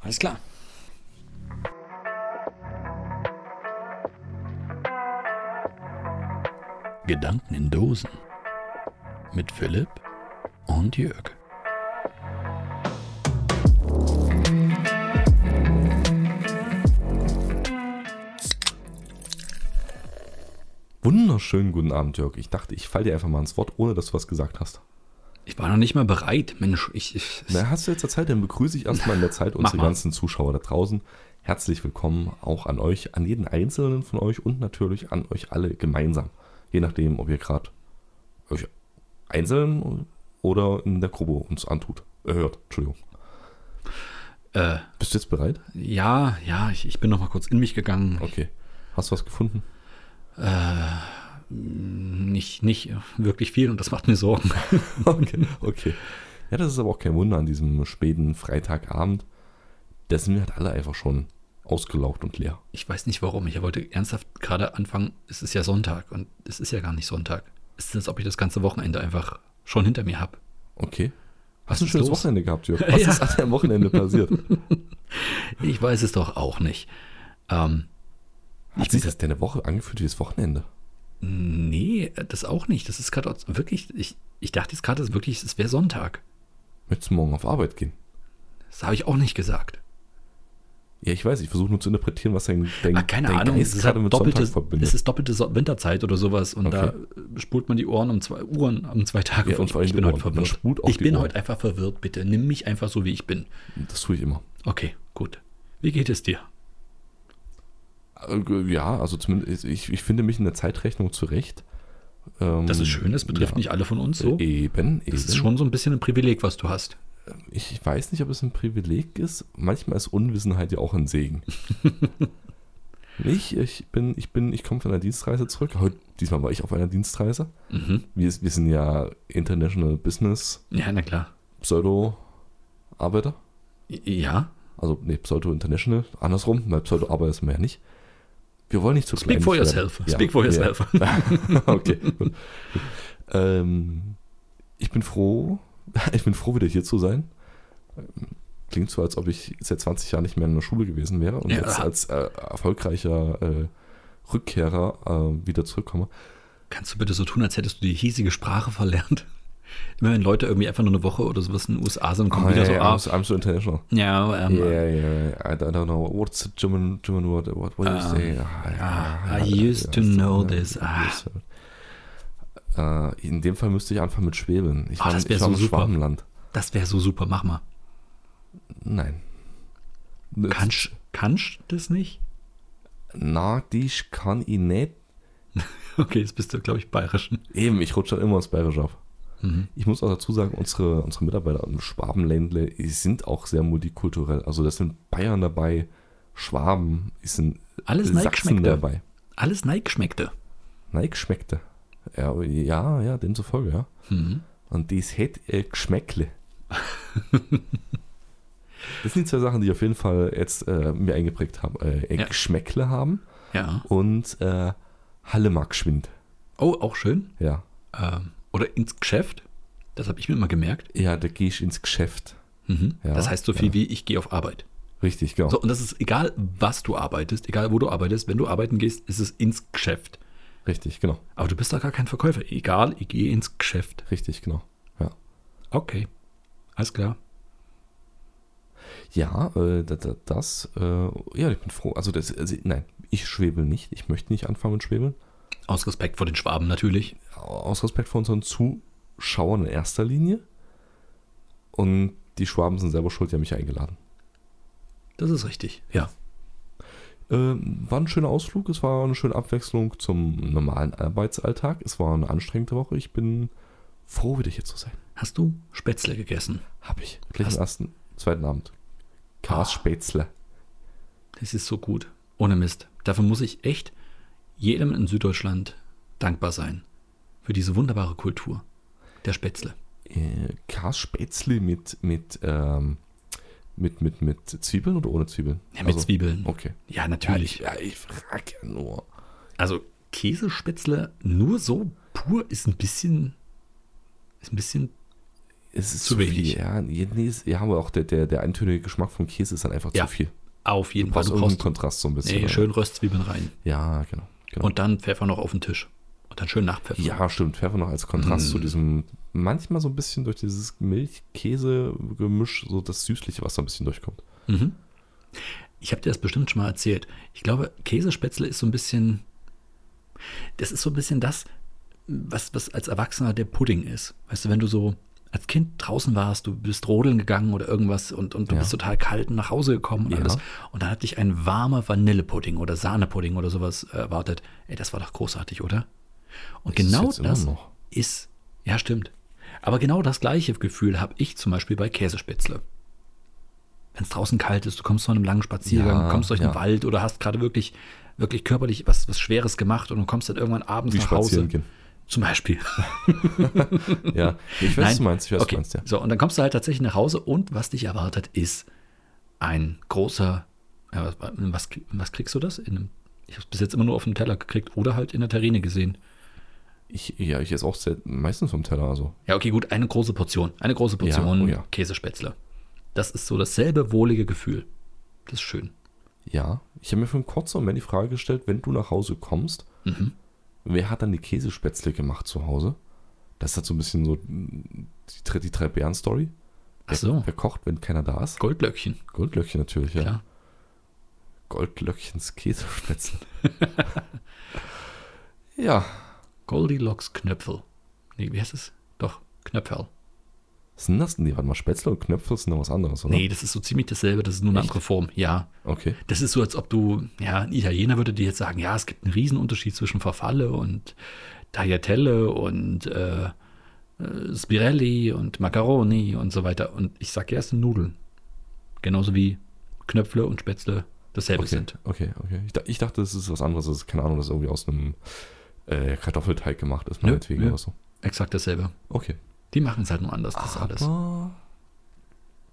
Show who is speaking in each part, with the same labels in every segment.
Speaker 1: Alles klar.
Speaker 2: Gedanken in Dosen mit Philipp und Jörg.
Speaker 3: Wunderschönen guten Abend, Jörg. Ich dachte, ich falle dir einfach mal ins Wort, ohne dass du was gesagt hast.
Speaker 1: Ich war noch nicht mal bereit. Mensch, ich. ich
Speaker 3: Na, hast du jetzt Zeit, dann begrüße ich erstmal in der Zeit unsere
Speaker 1: mal.
Speaker 3: ganzen Zuschauer da draußen. Herzlich willkommen auch an euch, an jeden Einzelnen von euch und natürlich an euch alle gemeinsam. Je nachdem, ob ihr gerade euch einzeln oder in der Gruppe uns antut. Äh, hört, Entschuldigung.
Speaker 1: äh,
Speaker 3: Bist du jetzt bereit?
Speaker 1: ja, ja, ich, ich bin noch mal kurz in mich gegangen.
Speaker 3: Okay. Hast du was gefunden?
Speaker 1: Nicht, nicht wirklich viel und das macht mir Sorgen.
Speaker 3: Okay, okay. Ja, das ist aber auch kein Wunder an diesem späten Freitagabend. Da sind wir halt alle einfach schon ausgelaugt und leer.
Speaker 1: Ich weiß nicht warum. Ich wollte ernsthaft gerade anfangen, es ist ja Sonntag und es ist ja gar nicht Sonntag. Es ist, als ob ich das ganze Wochenende einfach schon hinter mir habe.
Speaker 3: Okay.
Speaker 1: Was
Speaker 3: Hast du ein
Speaker 1: ist
Speaker 3: schönes
Speaker 1: los?
Speaker 3: Wochenende gehabt, Jörg? Was
Speaker 1: Ja.
Speaker 3: ist an dem Wochenende passiert?
Speaker 1: Ich weiß es doch auch nicht. Ähm,
Speaker 3: Hat sich das deine Woche angefühlt wie das Wochenende?
Speaker 1: nee, das auch nicht. Das ist gerade aus- wirklich, ich, ich dachte jetzt gerade, es ist wirklich, es wäre Sonntag.
Speaker 3: Möchtest du morgen auf Arbeit gehen?
Speaker 1: Das habe ich auch nicht gesagt.
Speaker 3: Ja, ich weiß, ich versuche nur zu interpretieren, was dein, dein,
Speaker 1: Ah, keine
Speaker 3: dein
Speaker 1: Ahnung,
Speaker 3: Geist
Speaker 1: es ist,
Speaker 3: gerade
Speaker 1: halt
Speaker 3: mit
Speaker 1: doppelte,
Speaker 3: Sonntag verbindet.
Speaker 1: es ist doppelte so Winterzeit oder sowas und da äh, spult man die Ohren um zwei Uhren um zwei Tage
Speaker 3: Ja, und vor allem
Speaker 1: Ich
Speaker 3: die
Speaker 1: bin heute
Speaker 3: Ohren. Man
Speaker 1: verwirrt.
Speaker 3: spult auch
Speaker 1: Ich
Speaker 3: die
Speaker 1: bin
Speaker 3: Ohren.
Speaker 1: heute einfach verwirrt, bitte. Nimm mich einfach so, wie ich bin.
Speaker 3: das tue ich immer.
Speaker 1: Okay, gut. Wie geht es dir?
Speaker 3: Äh, Ja, also zumindest, ich, ich finde mich in der Zeitrechnung zurecht. Ähm,
Speaker 1: Das ist schön, das betrifft
Speaker 3: ja. Äh,
Speaker 1: nicht alle von uns so.
Speaker 3: Eben, eben.
Speaker 1: Das ist schon so ein bisschen ein Privileg, was du hast.
Speaker 3: ich ich weiß nicht, ob es ein Privileg ist. Manchmal ist Unwissenheit ja auch ein Segen. ich, ich bin, ich bin, ich komme von einer Dienstreise zurück. Heute, diesmal war ich auf einer Dienstreise.
Speaker 1: Mhm.
Speaker 3: Wir, wir sind ja International Business
Speaker 1: Ja, na klar.
Speaker 3: Pseudo-Arbeiter.
Speaker 1: Ja,
Speaker 3: Also, nee, Pseudo-International. Andersrum, weil Pseudo-Arbeiter ist man ja nicht. Wir wollen nicht zu
Speaker 1: speak
Speaker 3: kleinlich
Speaker 1: for
Speaker 3: werden.
Speaker 1: yourself.
Speaker 3: Ja,
Speaker 1: Speak for
Speaker 3: ja.
Speaker 1: yourself.
Speaker 3: okay. gut. ähm, ich bin froh, ich bin froh, wieder hier zu sein. Klingt so, als ob ich seit 20 Jahren nicht mehr in der Schule gewesen wäre und
Speaker 1: Ja.
Speaker 3: jetzt als äh, erfolgreicher äh, Rückkehrer äh, wieder zurückkomme.
Speaker 1: Kannst du bitte so tun, als hättest du die hiesige Sprache verlernt? Immer wenn Leute irgendwie einfach nur eine Woche oder sowas in den USA sind, kommen wieder so,
Speaker 3: I'm,
Speaker 1: ah,
Speaker 3: so, I'm so international.
Speaker 1: ja, ähm,
Speaker 3: Yeah, yeah, I don't, I don't know. What's the German, German word? What, what do you
Speaker 1: Um,
Speaker 3: say?
Speaker 1: ah, I used to know this. Ah.
Speaker 3: Äh, in dem Fall müsste ich anfangen mit Schwäbeln. Ich
Speaker 1: Ah, das wär
Speaker 3: ich
Speaker 1: so
Speaker 3: im
Speaker 1: super.
Speaker 3: Schwabenland.
Speaker 1: das wäre so super, mach mal.
Speaker 3: Nein.
Speaker 1: Kannst kannst das nicht?
Speaker 3: Na, dich kann ich nicht.
Speaker 1: Okay, jetzt bist du, glaube ich, bayerisch.
Speaker 3: Eben, ich rutsche dann immer ins Bayerische ab.
Speaker 1: Mhm.
Speaker 3: Ich muss auch dazu sagen, unsere, unsere Mitarbeiter im Schwabenländle die sind auch sehr multikulturell. Also, das sind Bayern dabei, Schwaben, es sind
Speaker 1: Alles
Speaker 3: Sachsen
Speaker 1: Nike-Schmeckte.
Speaker 3: dabei.
Speaker 1: Alles Nike schmeckte.
Speaker 3: Nein, geschmeckte. Ja, ja, ja, demzufolge, ja.
Speaker 1: Hm,
Speaker 3: Und dies hätte äh, Geschmäckle. das sind die zwei Sachen, die ich auf jeden Fall jetzt äh, mir eingeprägt haben. Äh, äh,
Speaker 1: Ja.
Speaker 3: Geschmäckle haben
Speaker 1: Ja.
Speaker 3: und äh, Hallemarkschwind.
Speaker 1: Oh, auch schön.
Speaker 3: Ja.
Speaker 1: Ähm, oder ins Geschäft. Das habe ich mir immer gemerkt.
Speaker 3: ja, da gehe ich ins Geschäft.
Speaker 1: Mhm.
Speaker 3: Ja,
Speaker 1: das heißt so viel wie ich gehe auf Arbeit.
Speaker 3: Richtig, genau.
Speaker 1: So, und das ist egal, was du arbeitest, egal wo du arbeitest, wenn du arbeiten gehst, ist es ins Geschäft.
Speaker 3: Richtig, genau.
Speaker 1: Aber du bist da gar kein Verkäufer. Egal, ich gehe ins Geschäft.
Speaker 3: Richtig, genau. Ja,
Speaker 1: Okay. Alles klar.
Speaker 3: ja äh, da- da- das, äh, ja, ich bin froh. Also, das, also, nein, ich schwebel nicht. Ich möchte nicht anfangen mit Schwebeln.
Speaker 1: Aus Respekt vor den Schwaben natürlich.
Speaker 3: aus Respekt vor unseren Zuschauern in erster Linie. Und die Schwaben sind selber schuld, die haben mich eingeladen.
Speaker 1: Das ist richtig. Ja.
Speaker 3: Ähm, war ein schöner Ausflug, es war eine schöne Abwechslung zum normalen Arbeitsalltag. Es war eine anstrengende Woche. Ich bin froh, wieder hier zu sein.
Speaker 1: Hast du Spätzle gegessen?
Speaker 3: Hab ich. Ah. Gleich
Speaker 1: Hast-
Speaker 3: am ersten, zweiten Abend. Kars Spätzle.
Speaker 1: Das ist so gut. Ohne Mist. Dafür muss ich echt jedem in Süddeutschland dankbar sein. Für diese wunderbare Kultur der Spätzle.
Speaker 3: Äh, Kars Spätzle mit, mit, ähm, mit, mit, mit Zwiebeln oder ohne Zwiebeln?
Speaker 1: Ja, mit
Speaker 3: Also,
Speaker 1: Zwiebeln.
Speaker 3: Okay.
Speaker 1: Ja, natürlich.
Speaker 3: Ja, ich frage ja nur.
Speaker 1: Also Käsespätzle nur so pur ist ein bisschen, ist ein bisschen
Speaker 3: es ist
Speaker 1: Zu
Speaker 3: zu,
Speaker 1: wenig.
Speaker 3: viel. Ja, Je- nee, es- ja, aber auch der, der, der eintönige Geschmack vom Käse ist dann einfach
Speaker 1: Ja,
Speaker 3: zu viel.
Speaker 1: Auf jeden
Speaker 3: Du
Speaker 1: Fall.
Speaker 3: brauchst
Speaker 1: Du
Speaker 3: irgendeinen
Speaker 1: brauchst
Speaker 3: Kontrast so ein bisschen.
Speaker 1: nee,
Speaker 3: oder?
Speaker 1: schön Röstzwiebeln rein.
Speaker 3: Ja, genau. genau.
Speaker 1: Und dann Pfeffer noch auf den Tisch. Und dann schön nachpfeffern.
Speaker 3: ja, stimmt. Pfeffer noch als Kontrast
Speaker 1: Mm.
Speaker 3: zu diesem, manchmal so ein bisschen durch dieses Milch-Käse-Gemisch, so das Süßliche, was da ein bisschen durchkommt.
Speaker 1: Mhm. Ich habe dir das bestimmt schon mal erzählt. Ich glaube, Käsespätzle ist so ein bisschen. Das ist so ein bisschen das, was, was als Erwachsener der Pudding ist. Weißt du, wenn du so als Kind draußen warst, du bist rodeln gegangen oder irgendwas und, und du
Speaker 3: Ja.
Speaker 1: bist total kalt und nach Hause gekommen und
Speaker 3: Ja.
Speaker 1: alles. Und dann hat dich ein warmer Vanillepudding oder Sahnepudding oder sowas äh, erwartet. Ey, das war doch großartig, oder? Und
Speaker 3: Das ist
Speaker 1: genau
Speaker 3: jetzt immer
Speaker 1: das
Speaker 3: noch.
Speaker 1: ist. Ja, stimmt. Aber genau das gleiche Gefühl habe ich zum Beispiel bei Käsespätzle. Wenn es draußen kalt ist, du kommst von einem langen Spaziergang,
Speaker 3: Ja,
Speaker 1: kommst durch den
Speaker 3: ja.
Speaker 1: Wald oder hast gerade wirklich, wirklich körperlich was, was Schweres gemacht und du kommst dann irgendwann abends
Speaker 3: Wie
Speaker 1: nach Hause.
Speaker 3: spazieren gehen.
Speaker 1: Zum Beispiel.
Speaker 3: Ja, ich weiß,
Speaker 1: Nein.
Speaker 3: was du meinst. Ich weiß, was
Speaker 1: okay.
Speaker 3: du meinst, ja.
Speaker 1: So, und dann kommst du halt tatsächlich nach Hause und was dich erwartet, ist ein großer. Ja, was, was, was kriegst du das? In einem, ich habe es bis jetzt immer nur auf dem Teller gekriegt oder halt in der Terrine gesehen.
Speaker 3: Ich, ja, ich esse auch selten- meistens vom Teller, also.
Speaker 1: Ja, okay, gut, eine große Portion. Eine große Portion
Speaker 3: oh ja.
Speaker 1: Käsespätzle. Das ist so dasselbe wohlige Gefühl. Das ist schön.
Speaker 3: Ja, ich habe mir für einen kurzen Moment die Frage gestellt, wenn du nach Hause kommst,
Speaker 1: Mhm.
Speaker 3: wer hat dann die Käsespätzle gemacht zu Hause? Das hat so ein bisschen so mm, die, Tre- die drei Bären Story.
Speaker 1: Ach so,
Speaker 3: Wer kocht, wenn keiner da ist?
Speaker 1: Goldlöckchen,
Speaker 3: Goldlöckchen natürlich, ja.
Speaker 1: klar.
Speaker 3: Goldlöckchens Käsespätzle. ja,
Speaker 1: Goldilocks Knöpfel. Nee, wie heißt es? Doch, Knöpferl.
Speaker 3: was sind das denn? Die waren mal Spätzle und Knöpfe sind noch was anderes, oder?
Speaker 1: Nee, das ist so ziemlich dasselbe, das ist nur eine
Speaker 3: Echt?
Speaker 1: andere Form. Ja,
Speaker 3: Okay.
Speaker 1: das ist so, als ob du, ja, ein Italiener würde dir jetzt sagen, ja, es gibt einen Riesenunterschied zwischen Verfalle und Tagliatelle und äh, äh, Spirelli und Macaroni und so weiter. Und ich sage, ja, es sind Nudeln. Genauso wie Knöpfle und Spätzle dasselbe
Speaker 3: Okay,
Speaker 1: sind.
Speaker 3: okay, okay. Ich, da- ich dachte, es ist was anderes. Das ist, keine Ahnung, das ist irgendwie aus einem äh, Kartoffelteig gemacht ist,
Speaker 1: Nö,
Speaker 3: meinetwegen
Speaker 1: nö.
Speaker 3: oder so.
Speaker 1: Exakt dasselbe.
Speaker 3: Okay.
Speaker 1: Die machen es halt nur anders, das alles.
Speaker 3: Aber,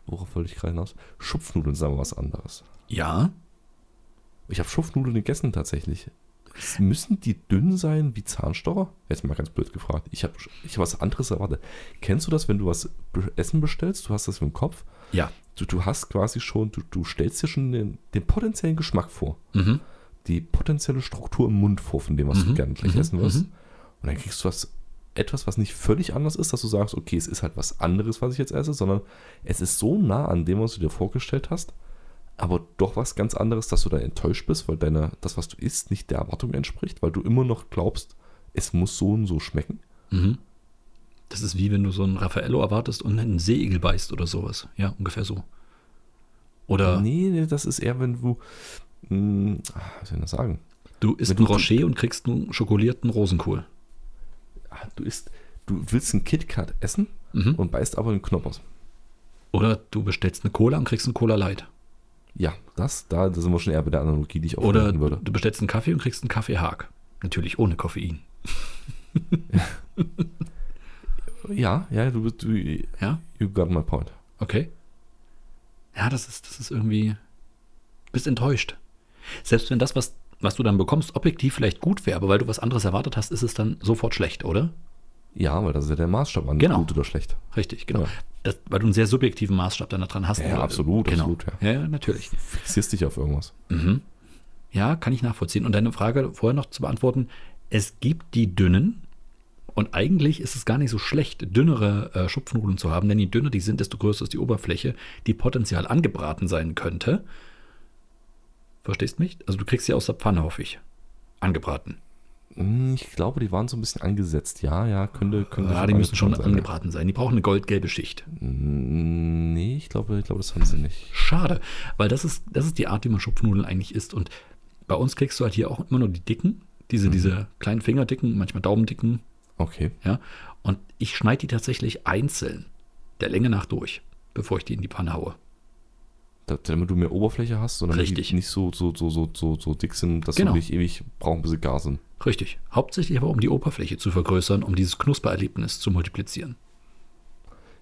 Speaker 3: worauf wollte ich gerade hinaus? Schupfnudeln sind aber was anderes.
Speaker 1: Ja,
Speaker 3: Ich habe Schupfnudeln gegessen tatsächlich. Es müssen die dünn sein wie Zahnstocher? Jetzt mal ganz blöd gefragt. Ich habe ich hab was anderes erwartet. Kennst du das, wenn du was be- Essen bestellst? Du hast das im Kopf.
Speaker 1: ja.
Speaker 3: Du, du hast quasi schon, du, du stellst dir schon den, den potenziellen Geschmack vor.
Speaker 1: Mhm.
Speaker 3: Die potenzielle Struktur im Mund vor, von dem, was
Speaker 1: Mhm,
Speaker 3: du gerne gleich
Speaker 1: mhm,
Speaker 3: essen wirst.
Speaker 1: mhm.
Speaker 3: Und dann kriegst du was, etwas, was nicht völlig anders ist, dass du sagst, okay, es ist halt was anderes, was ich jetzt esse, sondern es ist so nah an dem, was du dir vorgestellt hast, aber doch was ganz anderes, dass du dann enttäuscht bist, weil deine, das, was du isst, nicht der Erwartung entspricht, weil du immer noch glaubst, es muss so und so schmecken.
Speaker 1: Mhm. Das ist wie wenn du so einen Raffaello erwartest und einen Seeigel beißt oder sowas. Ja, ungefähr so. Oder
Speaker 3: Nee, nee, das ist eher, wenn du, mh, ah, was soll ich denn sagen?
Speaker 1: du isst
Speaker 3: wenn
Speaker 1: einen
Speaker 3: du-
Speaker 1: Rocher und kriegst einen schokolierten Rosenkohl.
Speaker 3: Ah, Du isst, du willst einen KitKat essen
Speaker 1: Mhm.
Speaker 3: und beißt aber einen Knoppers.
Speaker 1: Oder du bestellst eine Cola und kriegst einen Cola Light.
Speaker 3: Ja, das, da, da sind wir schon eher bei der Analogie, die ich auch
Speaker 1: Oder
Speaker 3: verwenden würde.
Speaker 1: du bestellst einen Kaffee und kriegst einen Kaffee Haag. Natürlich ohne Koffein.
Speaker 3: Ja, ja, du bist, du,
Speaker 1: Ja,
Speaker 3: you got my point.
Speaker 1: okay. Ja, das ist, das ist irgendwie. Bist enttäuscht. Selbst wenn das, was, was du dann bekommst, objektiv vielleicht gut wäre, aber weil du was anderes erwartet hast, ist es dann sofort schlecht, oder?
Speaker 3: Ja, weil das ist ja der Maßstab an
Speaker 1: Genau.
Speaker 3: gut oder schlecht.
Speaker 1: Richtig, genau.
Speaker 3: Ja.
Speaker 1: Das, weil du einen sehr subjektiven Maßstab dann daran hast.
Speaker 3: Ja, ja, absolut, absolut,
Speaker 1: Ja.
Speaker 3: ja.
Speaker 1: ja, natürlich.
Speaker 3: Fixierst dich auf irgendwas.
Speaker 1: Mhm. Ja, kann ich nachvollziehen. Und deine Frage vorher noch zu beantworten: Es gibt die dünnen. Und eigentlich ist es gar nicht so schlecht, dünnere äh, Schupfnudeln zu haben, denn je dünner die sind, desto größer ist die Oberfläche, die potenziell angebraten sein könnte. Verstehst mich? Also du kriegst sie aus der Pfanne, hoffe ich. Angebraten.
Speaker 3: Hm, Ich glaube, die waren so ein bisschen angesetzt. Ja, ja, könnte, könnte.
Speaker 1: Ja, die müssen schon
Speaker 3: sein.
Speaker 1: angebraten sein. Die brauchen eine goldgelbe Schicht.
Speaker 3: Hm, Nee, ich glaube, ich glaube, das haben sie nicht.
Speaker 1: Schade, weil das ist, das ist die Art, wie man Schupfnudeln eigentlich isst. Und bei uns kriegst du halt hier auch immer nur die dicken, diese, diese kleinen Fingerdicken, manchmal Daumendicken,
Speaker 3: Okay.
Speaker 1: ja. Und ich schneide die tatsächlich einzeln, der Länge nach durch, bevor ich die in die Pfanne haue.
Speaker 3: Da- Damit du mehr Oberfläche hast und damit
Speaker 1: Richtig.
Speaker 3: die nicht so, so, so, so, so, so dick sind, dass
Speaker 1: Genau.
Speaker 3: du nicht ewig brauchen, bis sie gar sind.
Speaker 1: Richtig. Hauptsächlich aber, um die Oberfläche zu vergrößern, um dieses Knuspererlebnis zu multiplizieren.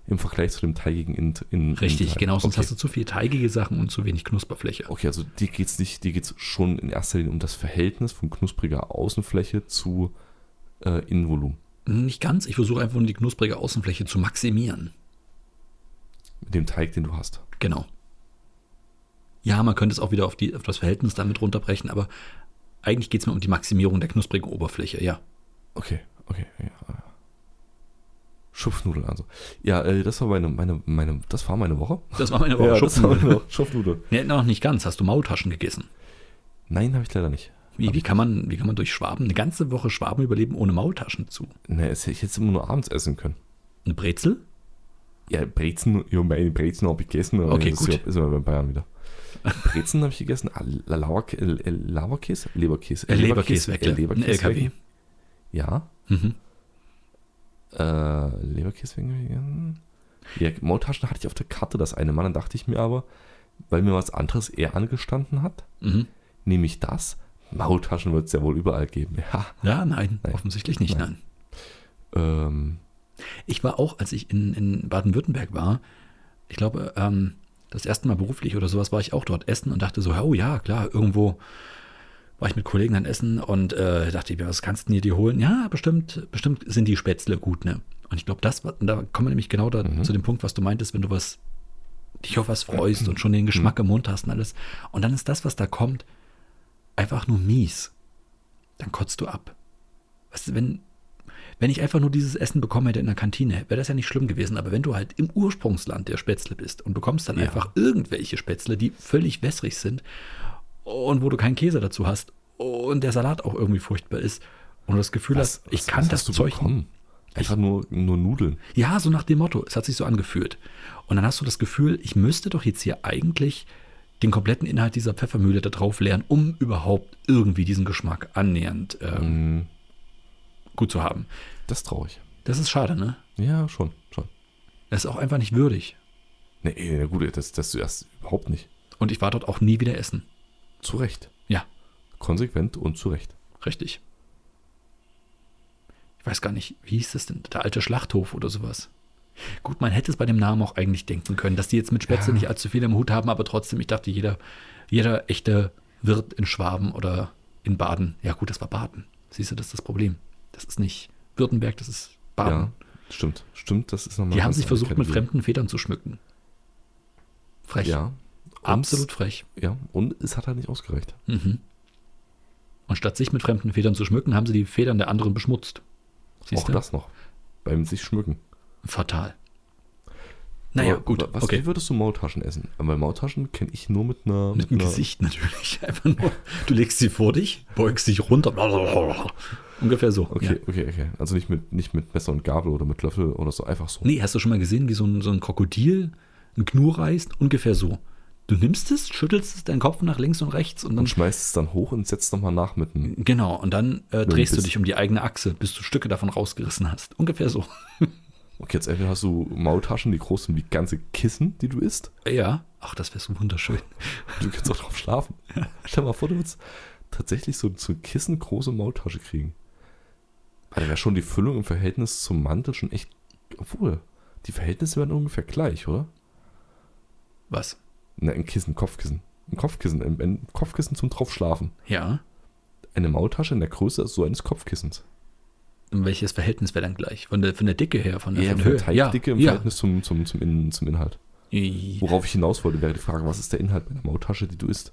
Speaker 3: Im Vergleich zu dem teigigen in, in
Speaker 1: Richtig,
Speaker 3: Innenteil.
Speaker 1: genau. Sonst
Speaker 3: Okay.
Speaker 1: hast du zu viel teigige Sachen und zu wenig Knusperfläche.
Speaker 3: okay, also dir geht's nicht, dir geht's schon in erster Linie um das Verhältnis von knuspriger Außenfläche zu äh, Innenvolumen.
Speaker 1: Nicht ganz. Ich versuche einfach nur die knusprige Außenfläche zu maximieren.
Speaker 3: Mit dem Teig, den du hast.
Speaker 1: Genau. Ja, man könnte es auch wieder auf, die, auf das Verhältnis damit runterbrechen, aber eigentlich geht es mir um die Maximierung der knusprigen Oberfläche, ja.
Speaker 3: Okay, okay. Ja. Schupfnudeln also. Ja, äh, das war meine, meine, meine, das war meine Woche.
Speaker 1: Das war meine Woche. Schupfnudeln.
Speaker 3: Schupfnudeln.
Speaker 1: Nee, noch nicht ganz. Hast du Maultaschen gegessen?
Speaker 3: Nein, habe ich leider nicht.
Speaker 1: Wie, wie, kann man, wie kann man durch Schwaben eine ganze Woche Schwaben überleben ohne Maultaschen zu?
Speaker 3: Ne, es hätte ich jetzt immer nur abends essen können.
Speaker 1: Eine Brezel?
Speaker 3: Ja, Brezen, ja, meine Brezen habe ich gegessen. aber
Speaker 1: Okay,
Speaker 3: das
Speaker 1: gut.
Speaker 3: Ist, ja- ist aber bei Bayern wieder. Brezen habe ich gegessen. Ah, Lauer, äh, Lauerkäse? Leberkäse. Äh,
Speaker 1: Leberkäseweckel.
Speaker 3: äh,
Speaker 1: Ein LKW.
Speaker 3: Leberkäseweckel. Ja.
Speaker 1: Mhm.
Speaker 3: Äh, Leberkäseweckel. habe ich gegessen. Ja, Maultaschen hatte ich auf der Karte das eine Mal. Dann dachte ich mir aber, weil mir was anderes eher angestanden hat,
Speaker 1: Mhm.
Speaker 3: nehme ich das. Maultaschen wird es ja wohl überall geben. Ja.
Speaker 1: Ja, nein,
Speaker 3: Nein.
Speaker 1: offensichtlich nicht, nein.
Speaker 3: Ähm,
Speaker 1: Ich war auch, als ich in, in Baden-Württemberg war, ich glaube, ähm, das erste Mal beruflich oder sowas war ich auch dort essen und dachte so, oh ja, klar, irgendwo war ich mit Kollegen dann essen und äh, dachte ich, mir, was kannst du denn hier dir holen? Ja, bestimmt, bestimmt sind die Spätzle gut, ne? Und ich glaube, das war, da kommen wir nämlich genau da, zu dem Punkt, was du meintest, wenn du was, dich auf was freust und schon den Geschmack im Mund hast und alles. Und dann ist das, was da kommt, einfach nur mies. Dann kotzt du ab. Weißt du, wenn, wenn ich einfach nur dieses Essen bekommen hätte in der Kantine, wäre das ja nicht schlimm gewesen. Aber wenn du halt im Ursprungsland der Spätzle bist und bekommst dann einfach irgendwelche Spätzle, die völlig wässrig sind und wo du keinen Käse dazu hast und der Salat auch irgendwie furchtbar ist und du das Gefühl
Speaker 3: was-
Speaker 1: hast, ich
Speaker 3: was-
Speaker 1: kann
Speaker 3: was
Speaker 1: das
Speaker 3: hast du
Speaker 1: Zeug
Speaker 3: bekommen? Einfach nur, nur Nudeln.
Speaker 1: ja, so nach dem Motto. Es hat sich so angefühlt. Und dann hast du das Gefühl, ich müsste doch jetzt hier eigentlich den kompletten Inhalt dieser Pfeffermühle da drauf leeren, um überhaupt irgendwie diesen Geschmack annähernd ähm,
Speaker 3: Mhm.
Speaker 1: gut zu haben.
Speaker 3: Das traue ich.
Speaker 1: Das ist schade, ne?
Speaker 3: Ja, schon, schon.
Speaker 1: Das ist auch einfach nicht würdig.
Speaker 3: Nee, Nee, na gut, das, das, das überhaupt nicht.
Speaker 1: Und ich war dort auch nie wieder essen.
Speaker 3: Zu Recht.
Speaker 1: Ja,
Speaker 3: Konsequent und zu Recht.
Speaker 1: richtig. Ich weiß gar nicht, wie hieß das denn? Der alte Schlachthof oder sowas. Gut, man hätte es bei dem Namen auch eigentlich denken können, dass die jetzt mit Spätzle nicht allzu viel im Hut haben, aber trotzdem, ich dachte, jeder, jeder echte Wirt in Schwaben oder in Baden, ja gut, das war Baden. Siehst du, das ist das Problem. Das ist nicht Württemberg, das ist Baden.
Speaker 3: Ja, stimmt. Stimmt, das ist nochmal.
Speaker 1: die haben
Speaker 3: ganz
Speaker 1: sich
Speaker 3: andere
Speaker 1: versucht, mit
Speaker 3: Kategorie.
Speaker 1: fremden Federn zu schmücken. Frech.
Speaker 3: Ja.
Speaker 1: Absolut frech.
Speaker 3: Ja, und es hat halt nicht ausgereicht.
Speaker 1: Mhm. Und statt sich mit fremden Federn zu schmücken, haben sie die Federn der anderen beschmutzt. Siehst
Speaker 3: Auch
Speaker 1: du?
Speaker 3: das noch. Beim sich schmücken.
Speaker 1: Fatal. Naja,
Speaker 3: Aber
Speaker 1: gut.
Speaker 3: Was,
Speaker 1: okay.
Speaker 3: Wie würdest du Maultaschen essen? Weil Maultaschen kenne ich nur mit einer.
Speaker 1: Mit dem
Speaker 3: einer-
Speaker 1: Gesicht natürlich. Einfach nur. Du legst sie vor dich, beugst dich runter. Ungefähr so.
Speaker 3: Okay, okay, okay. Also nicht mit, nicht mit Messer und Gabel oder mit Löffel oder so, einfach so.
Speaker 1: Nee, hast du schon mal gesehen, wie so ein, so ein Krokodil ein Knurr reißt? Ungefähr so. Du nimmst es, schüttelst es, deinen Kopf nach links und rechts und dann.
Speaker 3: Und schmeißt es dann hoch und setzt nochmal nach mit einem.
Speaker 1: genau, und dann äh, drehst du
Speaker 3: bist-
Speaker 1: dich um die eigene Achse, bis du Stücke davon rausgerissen hast. Ungefähr so.
Speaker 3: Okay, jetzt entweder hast du Maultaschen, die groß sind wie ganze Kissen, die du isst.
Speaker 1: Ja. Ach, das wäre so wunderschön.
Speaker 3: Du kannst auch drauf schlafen. Stell dir mal vor, du würdest tatsächlich so zu Kissen große Maultasche kriegen. Alter, wäre schon die Füllung im Verhältnis zum Mantel schon echt. Obwohl, die Verhältnisse wären ungefähr gleich, oder?
Speaker 1: Was?
Speaker 3: Na, Ne, ein Kissen, Kopfkissen. Ein Kopfkissen, ein, ein Kopfkissen zum draufschlafen.
Speaker 1: Ja.
Speaker 3: Eine Maultasche in der Größe so eines Kopfkissens.
Speaker 1: Und welches Verhältnis wäre dann gleich? Von der, von der Dicke her, von der, von
Speaker 3: von
Speaker 1: der
Speaker 3: der
Speaker 1: Höhe.
Speaker 3: Teigdicke im
Speaker 1: ja.
Speaker 3: Verhältnis zum, zum, zum, In, zum Inhalt.
Speaker 1: I-
Speaker 3: Worauf ich hinaus wollte, wäre die Frage, was ist der Inhalt einer Maultasche, die du isst?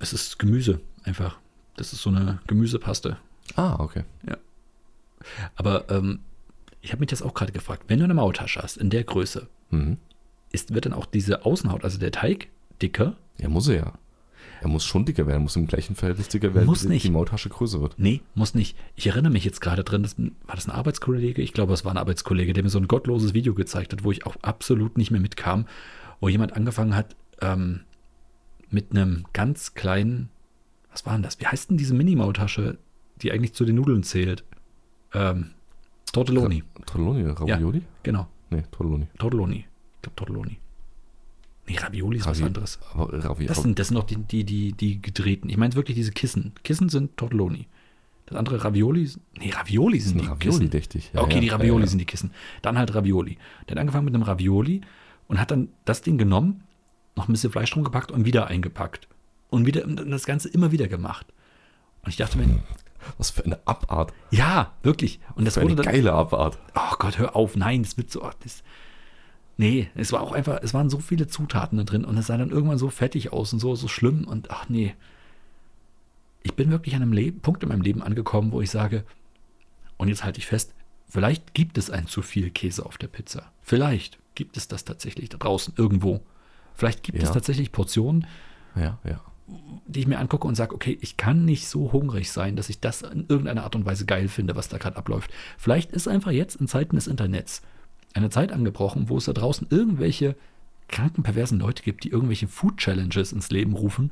Speaker 1: Es ist Gemüse, einfach. Das ist so eine Gemüsepaste.
Speaker 3: Ah, okay.
Speaker 1: Aber ähm, ich habe mich das auch gerade gefragt. Wenn du eine Maultasche hast, in der Größe,
Speaker 3: Mhm.
Speaker 1: ist, wird dann auch diese Außenhaut, also der Teig, dicker?
Speaker 3: Ja, muss er ja. Er muss schon dicker werden, muss im gleichen Verhältnis dicker werden,
Speaker 1: Muss
Speaker 3: wie
Speaker 1: nicht.
Speaker 3: die Maultasche größer wird.
Speaker 1: Nee, muss nicht. Ich erinnere mich jetzt gerade drin, das, war das ein Arbeitskollege? Ich glaube, es war ein Arbeitskollege, der mir so ein gottloses Video gezeigt hat, wo ich auch absolut nicht mehr mitkam, wo jemand angefangen hat, ähm, mit einem ganz kleinen, was war denn das? Wie heißt denn diese Minimaultasche, die eigentlich zu den Nudeln zählt? Ähm, Tortelloni,
Speaker 3: Tortelloni, Ravioli?
Speaker 1: genau.
Speaker 3: Nee, Tortelloni.
Speaker 1: Tortelloni. Ich glaube Tortelloni. Nee, Ravioli ist was
Speaker 3: Ravi-
Speaker 1: anderes.
Speaker 3: Aber Ravioli.
Speaker 1: Das sind, das sind noch die, die, die, die gedrehten. Ich meine wirklich diese Kissen. Kissen sind Tortelloni. Das andere Ravioli. Nee, Ravioli sind die
Speaker 3: Ravioli,
Speaker 1: Kissen.
Speaker 3: dächte ich.
Speaker 1: okay, die Ravioli
Speaker 3: ja, ja.
Speaker 1: sind die Kissen. Dann halt Ravioli. Der hat angefangen mit einem Ravioli und hat dann das Ding genommen, noch ein bisschen Fleisch drum gepackt und wieder eingepackt. Und wieder und das Ganze immer wieder gemacht. Und ich dachte
Speaker 3: Hm.
Speaker 1: mir,
Speaker 3: Was für eine Abart.
Speaker 1: ja, wirklich. Und das
Speaker 3: Für eine
Speaker 1: wurde dann.
Speaker 3: geile Abart.
Speaker 1: Oh Gott, hör auf. Nein, das wird so. Oh, das, Nee, es war auch einfach, es waren so viele Zutaten da drin und es sah dann irgendwann so fettig aus und so, so schlimm und ach nee. Ich bin wirklich an einem Leben, Punkt in meinem Leben angekommen, wo ich sage, und jetzt halte ich fest, vielleicht gibt es ein zu viel Käse auf der Pizza. Vielleicht gibt es das tatsächlich da draußen irgendwo. Vielleicht gibt es
Speaker 3: Ja.
Speaker 1: tatsächlich Portionen,
Speaker 3: Ja, ja.
Speaker 1: die ich mir angucke und sage, okay, ich kann nicht so hungrig sein, dass ich das in irgendeiner Art und Weise geil finde, was da gerade abläuft. Vielleicht ist einfach jetzt in Zeiten des Internets eine Zeit angebrochen, wo es da draußen irgendwelche kranken, perversen Leute gibt, die irgendwelche Food Challenges ins Leben rufen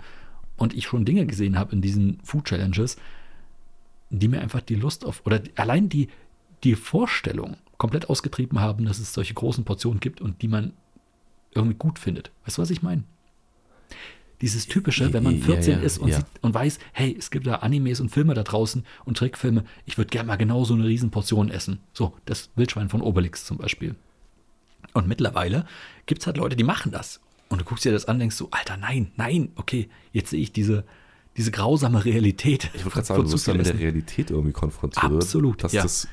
Speaker 1: und ich schon Dinge gesehen habe in diesen Food Challenges, die mir einfach die Lust auf, oder allein die, die Vorstellung komplett ausgetrieben haben, dass es solche großen Portionen gibt und die man irgendwie gut findet. Weißt du, was ich meine? Dieses typische, wenn man
Speaker 3: Ja, ja,
Speaker 1: 14
Speaker 3: ja,
Speaker 1: ist und,
Speaker 3: ja.
Speaker 1: sieht und weiß, hey, es gibt da Animes und Filme da draußen und Trickfilme, ich würde gerne mal genau so eine Riesenportion essen. So, das Wildschwein von Obelix zum Beispiel. Und mittlerweile gibt es halt Leute, die machen das. Und du guckst dir das an, denkst so, Alter, nein, nein, okay, jetzt sehe ich diese, diese grausame Realität.
Speaker 3: Ich wollte gerade sagen,
Speaker 1: von zu
Speaker 3: du wirst
Speaker 1: viel
Speaker 3: dann mit der
Speaker 1: Essen.
Speaker 3: Realität irgendwie konfrontiert.
Speaker 1: Absolut,
Speaker 3: Dass,
Speaker 1: ja.
Speaker 3: das,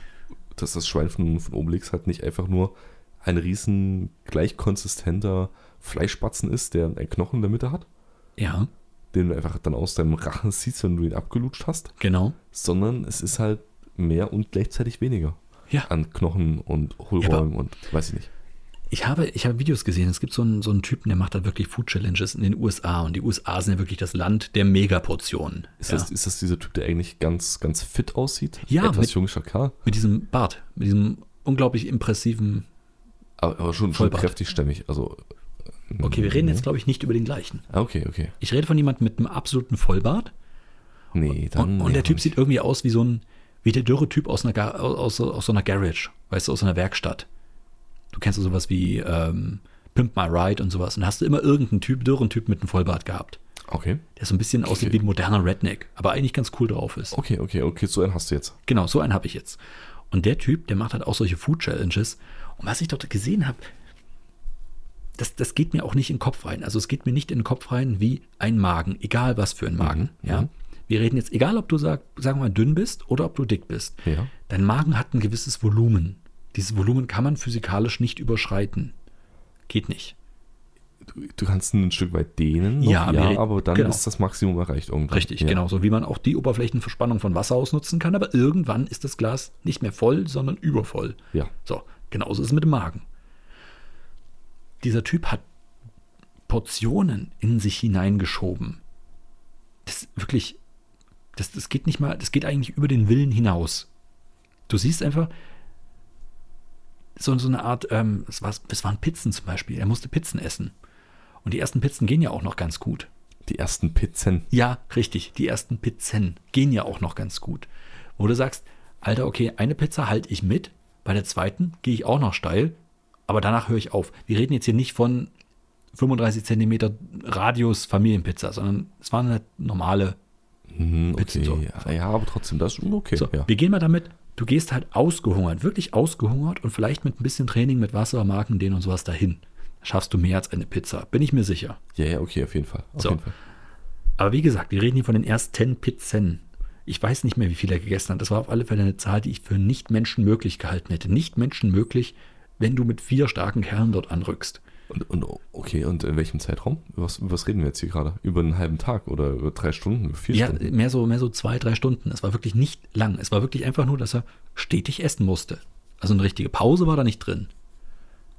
Speaker 3: dass das Schwein von, von Obelix halt nicht einfach nur ein riesen, gleich konsistenter Fleischbatzen ist, der einen Knochen in der Mitte hat,
Speaker 1: Ja,
Speaker 3: den du einfach dann aus deinem Rachen ziehst, wenn du ihn abgelutscht hast,
Speaker 1: genau.
Speaker 3: sondern es ist halt mehr und gleichzeitig weniger
Speaker 1: Ja.
Speaker 3: an Knochen und Hohlräumen und weiß ich nicht.
Speaker 1: Ich habe, ich habe Videos gesehen. Es gibt so einen, so einen Typen, der macht halt wirklich Food Challenges in den USA. Und die USA sind ja wirklich das Land der Megaportionen.
Speaker 3: Ist,
Speaker 1: ja.
Speaker 3: das, ist das dieser Typ, der eigentlich ganz, ganz fit aussieht?
Speaker 1: Ja, mit-
Speaker 3: Etwas jüngerer Kerl,
Speaker 1: mit diesem Bart, mit diesem unglaublich impressiven.
Speaker 3: aber, aber schon, schon
Speaker 1: Vollbart.
Speaker 3: kräftig stämmig. Also, ähm,
Speaker 1: Okay, wir reden jetzt, glaube ich, nicht über den gleichen.
Speaker 3: Ah, okay, okay.
Speaker 1: Ich rede von jemandem mit einem absoluten Vollbart.
Speaker 3: Nee, dann.
Speaker 1: Und,
Speaker 3: nee,
Speaker 1: und der
Speaker 3: dann
Speaker 1: Typ sieht irgendwie aus wie so ein, wie der dürre Typ aus, einer, Ga- aus, aus so einer Garage, weißt du, aus so einer Werkstatt. Du kennst ja sowas wie ähm, Pimp My Ride und sowas. Und da hast du immer irgendeinen Typ, dürren Typ mit einem Vollbart gehabt,
Speaker 3: Okay.
Speaker 1: der so ein bisschen aussieht
Speaker 3: Okay.
Speaker 1: wie ein moderner Redneck, aber eigentlich ganz cool drauf ist.
Speaker 3: Okay, okay, okay, so einen hast du jetzt.
Speaker 1: Genau, so einen habe ich jetzt. Und der Typ, der macht halt auch solche Food Challenges. Und was ich dort gesehen habe, das, das geht mir auch nicht in den Kopf rein. Also es geht mir nicht in den Kopf rein wie ein Magen, egal was für ein
Speaker 3: Mhm.
Speaker 1: Magen. ja. Wir reden jetzt, egal ob du sag, sagen wir mal, dünn bist oder ob du dick bist,
Speaker 3: Ja.
Speaker 1: dein Magen hat ein gewisses Volumen. Dieses Volumen kann man physikalisch nicht überschreiten. Geht nicht.
Speaker 3: Du, du kannst ihn ein Stück weit dehnen, noch,
Speaker 1: Ja, wir reden-
Speaker 3: aber dann
Speaker 1: genau.
Speaker 3: ist das Maximum erreicht irgendwann.
Speaker 1: Richtig,
Speaker 3: ja.
Speaker 1: genau. So wie man auch die Oberflächenverspannung von Wasser ausnutzen kann, aber irgendwann ist das Glas nicht mehr voll, sondern übervoll.
Speaker 3: Ja.
Speaker 1: So, genauso ist es mit dem Magen. Dieser Typ hat Portionen in sich hineingeschoben. Das ist wirklich, das, das geht nicht mal, das geht eigentlich über den Willen hinaus. Du siehst einfach so, so eine Art, ähm, es, war, es waren Pizzen zum Beispiel. Er musste Pizzen essen. Und die ersten Pizzen gehen ja auch noch ganz gut.
Speaker 3: Die ersten Pizzen.
Speaker 1: Ja, richtig. Die ersten Pizzen gehen ja auch noch ganz gut. Wo du sagst, Alter, okay, eine Pizza halte ich mit, bei der zweiten gehe ich auch noch steil, aber danach höre ich auf. Wir reden jetzt hier nicht von 35 Zentimeter Radius Familienpizza, sondern es war eine normale
Speaker 3: Hm,
Speaker 1: Pizzen,
Speaker 3: okay.
Speaker 1: so.
Speaker 3: ja, ja, aber trotzdem, das ist okay.
Speaker 1: so,
Speaker 3: ja.
Speaker 1: wir gehen mal damit, du gehst halt ausgehungert, wirklich ausgehungert und vielleicht mit ein bisschen Training, mit Wasser, Marken, den und sowas dahin. Schaffst du mehr als eine Pizza, bin ich mir sicher.
Speaker 3: ja, ja, okay, auf jeden Fall. Auf
Speaker 1: So.
Speaker 3: jeden Fall.
Speaker 1: Aber wie gesagt, wir reden hier von den ersten Pizzen. Ich weiß nicht mehr, wie viel er gegessen hat. Das war auf alle Fälle eine Zahl, die ich für nicht menschenmöglich gehalten hätte. Nicht menschenmöglich, wenn du mit vier starken Kerlen dort anrückst.
Speaker 3: Und, und okay, und in welchem Zeitraum? Über Was, über was reden wir jetzt hier gerade? Über einen halben Tag oder über drei Stunden, über vier
Speaker 1: Ja, äh,
Speaker 3: Stunden?
Speaker 1: mehr so, mehr so zwei, drei Stunden. Es war wirklich nicht lang. Es war wirklich einfach nur, dass er stetig essen musste. Also eine richtige Pause war da nicht drin.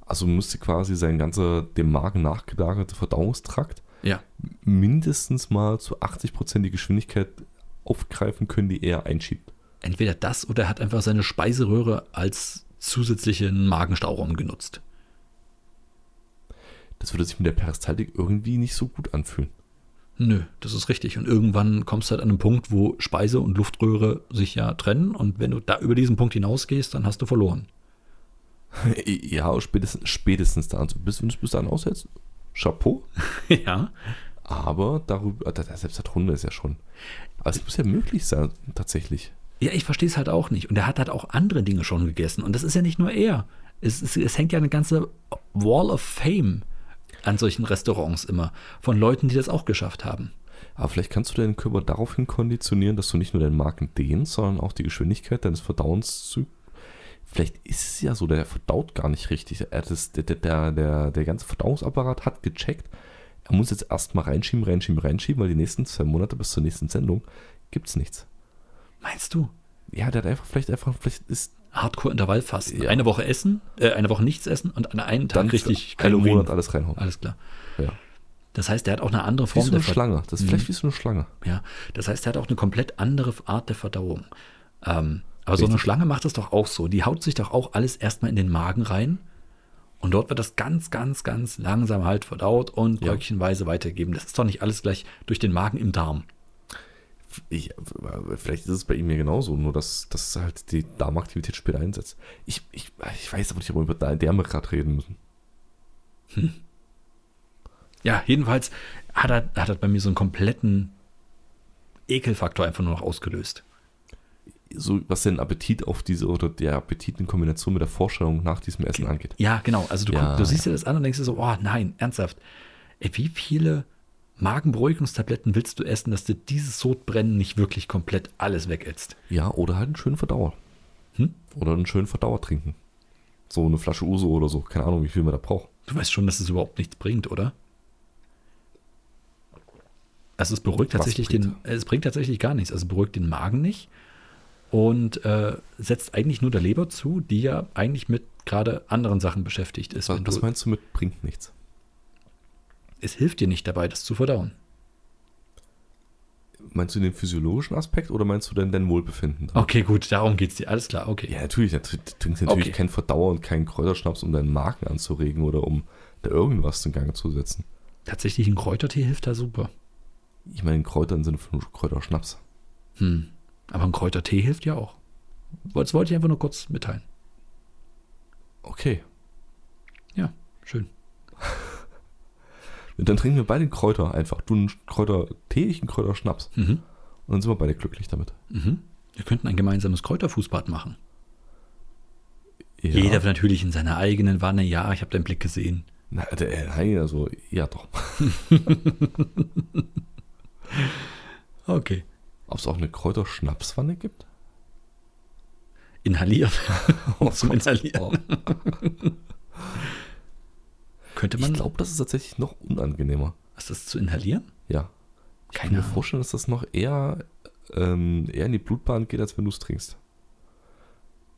Speaker 3: Also müsste quasi sein ganzer dem Magen nachgelagerte Verdauungstrakt
Speaker 1: Ja.
Speaker 3: mindestens mal zu 80% die Geschwindigkeit aufgreifen können, die er einschiebt.
Speaker 1: Entweder das oder er hat einfach seine Speiseröhre als zusätzlichen Magenstauraum genutzt.
Speaker 3: Das würde sich mit der Peristaltik irgendwie nicht so gut anfühlen.
Speaker 1: Nö, das ist richtig. Und irgendwann kommst du halt an einen Punkt, wo Speise und Luftröhre sich ja trennen. Und wenn du da über diesen Punkt hinausgehst, dann hast du verloren.
Speaker 3: Ja, spätestens, spätestens da. Also bis, wenn du es bis dahin aussetzt, Chapeau.
Speaker 1: ja.
Speaker 3: Aber darüber, da- da- selbst das Runde ist ja schon. Aber es muss ja möglich sein, tatsächlich.
Speaker 1: Ja, ich verstehe es halt auch nicht. Und er hat halt auch andere Dinge schon gegessen. Und das ist ja nicht nur er. Es, es, es hängt ja eine ganze Wall of Fame an solchen Restaurants immer. Von Leuten, die das auch geschafft haben.
Speaker 3: Aber vielleicht kannst du deinen Körper daraufhin konditionieren, dass du nicht nur deinen Magen dehnst, sondern auch die Geschwindigkeit deines Verdauungszyklus. Vielleicht ist es ja so, der verdaut gar nicht richtig. Er hat das, der, der- der, der, der ganze Verdauungsapparat hat gecheckt. Er muss jetzt erstmal reinschieben, reinschieben, reinschieben, weil die nächsten zwei Monate bis zur nächsten Sendung gibt es nichts.
Speaker 1: Meinst du?
Speaker 3: Ja, der hat einfach, vielleicht einfach, vielleicht ist
Speaker 1: Hardcore-Intervallfasten.
Speaker 3: Ja.
Speaker 1: Eine Woche essen, äh, eine Woche nichts essen und an einem Tag
Speaker 3: dann
Speaker 1: richtig
Speaker 3: für einen
Speaker 1: Kalorien.
Speaker 3: Monat alles reinhauen.
Speaker 1: Alles klar.
Speaker 3: Ja.
Speaker 1: Das heißt, der hat auch eine andere
Speaker 3: Wie
Speaker 1: Form
Speaker 3: so eine
Speaker 1: Ver- Mhm.
Speaker 3: Schlange. Das ist vielleicht wie so eine Schlange.
Speaker 1: Ja, das heißt, er hat auch eine komplett andere Art der Verdauung. Ähm, aber so eine Schlange macht das doch auch so. Die haut sich doch auch alles erstmal in den Magen rein. Und dort wird das ganz, ganz, ganz langsam halt verdaut und
Speaker 3: Ja.
Speaker 1: bröckchenweise weitergegeben. Das ist doch nicht alles gleich durch den Magen im Darm.
Speaker 3: Ich, vielleicht ist es bei ihm ja genauso, nur dass, dass halt die Darmaktivität später einsetzt. Ich, ich, ich weiß aber nicht, ob wir über Dar- Därme gerade reden müssen.
Speaker 1: Ja, jedenfalls hat er, hat er bei mir so einen kompletten Ekelfaktor einfach nur noch ausgelöst.
Speaker 3: So, was den Appetit auf diese oder der Appetit in Kombination mit der Vorstellung nach diesem Essen angeht.
Speaker 1: Ja, genau. Also du,
Speaker 3: Ja,
Speaker 1: guck, du siehst dir das an und denkst dir so, oh nein, ernsthaft. Ey, wie viele Magenberuhigungstabletten willst du essen, dass dir dieses Sodbrennen nicht wirklich komplett alles wegätzt?
Speaker 3: Ja, oder halt einen schönen Verdauer.
Speaker 1: Hm?
Speaker 3: Oder einen schönen Verdauer trinken. So eine Flasche Uso oder so. Keine Ahnung, wie viel man da braucht.
Speaker 1: Du weißt schon, dass es überhaupt nichts bringt, oder? Also es beruhigt
Speaker 3: Was
Speaker 1: tatsächlich
Speaker 3: bringt
Speaker 1: den, es bringt tatsächlich gar nichts. Also es beruhigt den Magen nicht und äh, setzt eigentlich nur der Leber zu, die ja eigentlich mit gerade anderen Sachen beschäftigt ist.
Speaker 3: Was,
Speaker 1: Wenn
Speaker 3: was
Speaker 1: du,
Speaker 3: meinst du mit bringt nichts?
Speaker 1: es hilft dir nicht dabei, das zu verdauen.
Speaker 3: Meinst du den physiologischen Aspekt oder meinst du denn dein Wohlbefinden? damit?
Speaker 1: Okay, gut, darum geht's dir. Alles klar, okay.
Speaker 3: Ja, natürlich. Du trinkst natürlich
Speaker 1: Okay.
Speaker 3: keinen Verdauer und keinen Kräuterschnaps, um deinen Magen anzuregen oder um da irgendwas in Gang zu setzen.
Speaker 1: Tatsächlich ein Kräutertee hilft da super.
Speaker 3: Ich meine, Kräuter im Sinne von Kräuterschnaps.
Speaker 1: Hm. Aber ein Kräutertee hilft ja auch. Das wollte ich einfach nur kurz mitteilen.
Speaker 3: Okay.
Speaker 1: Ja, schön.
Speaker 3: Und dann trinken wir beide Kräuter einfach. Du einen Kräutertee, ich einen Kräuterschnaps.
Speaker 1: Mhm.
Speaker 3: Und dann sind wir beide glücklich damit.
Speaker 1: Mhm. Wir könnten ein gemeinsames Kräuterfußbad machen.
Speaker 3: Ja.
Speaker 1: Jeder natürlich in seiner eigenen Wanne. Ja, ich habe deinen Blick gesehen.
Speaker 3: Na, der, nein, also, ja doch.
Speaker 1: Okay.
Speaker 3: Ob es auch eine Kräuterschnapswanne gibt?
Speaker 1: Inhalieren. Zum
Speaker 3: Gott.
Speaker 1: Inhalieren.
Speaker 3: Oh.
Speaker 1: Könnte
Speaker 3: Ich
Speaker 1: man.
Speaker 3: glaube, das ist tatsächlich noch unangenehmer.
Speaker 1: was ist das zu inhalieren?
Speaker 3: Ja. Ich
Speaker 1: Keine
Speaker 3: kann mir
Speaker 1: Ahnung.
Speaker 3: vorstellen, dass das noch eher, ähm, eher in die Blutbahn geht, als wenn du es trinkst.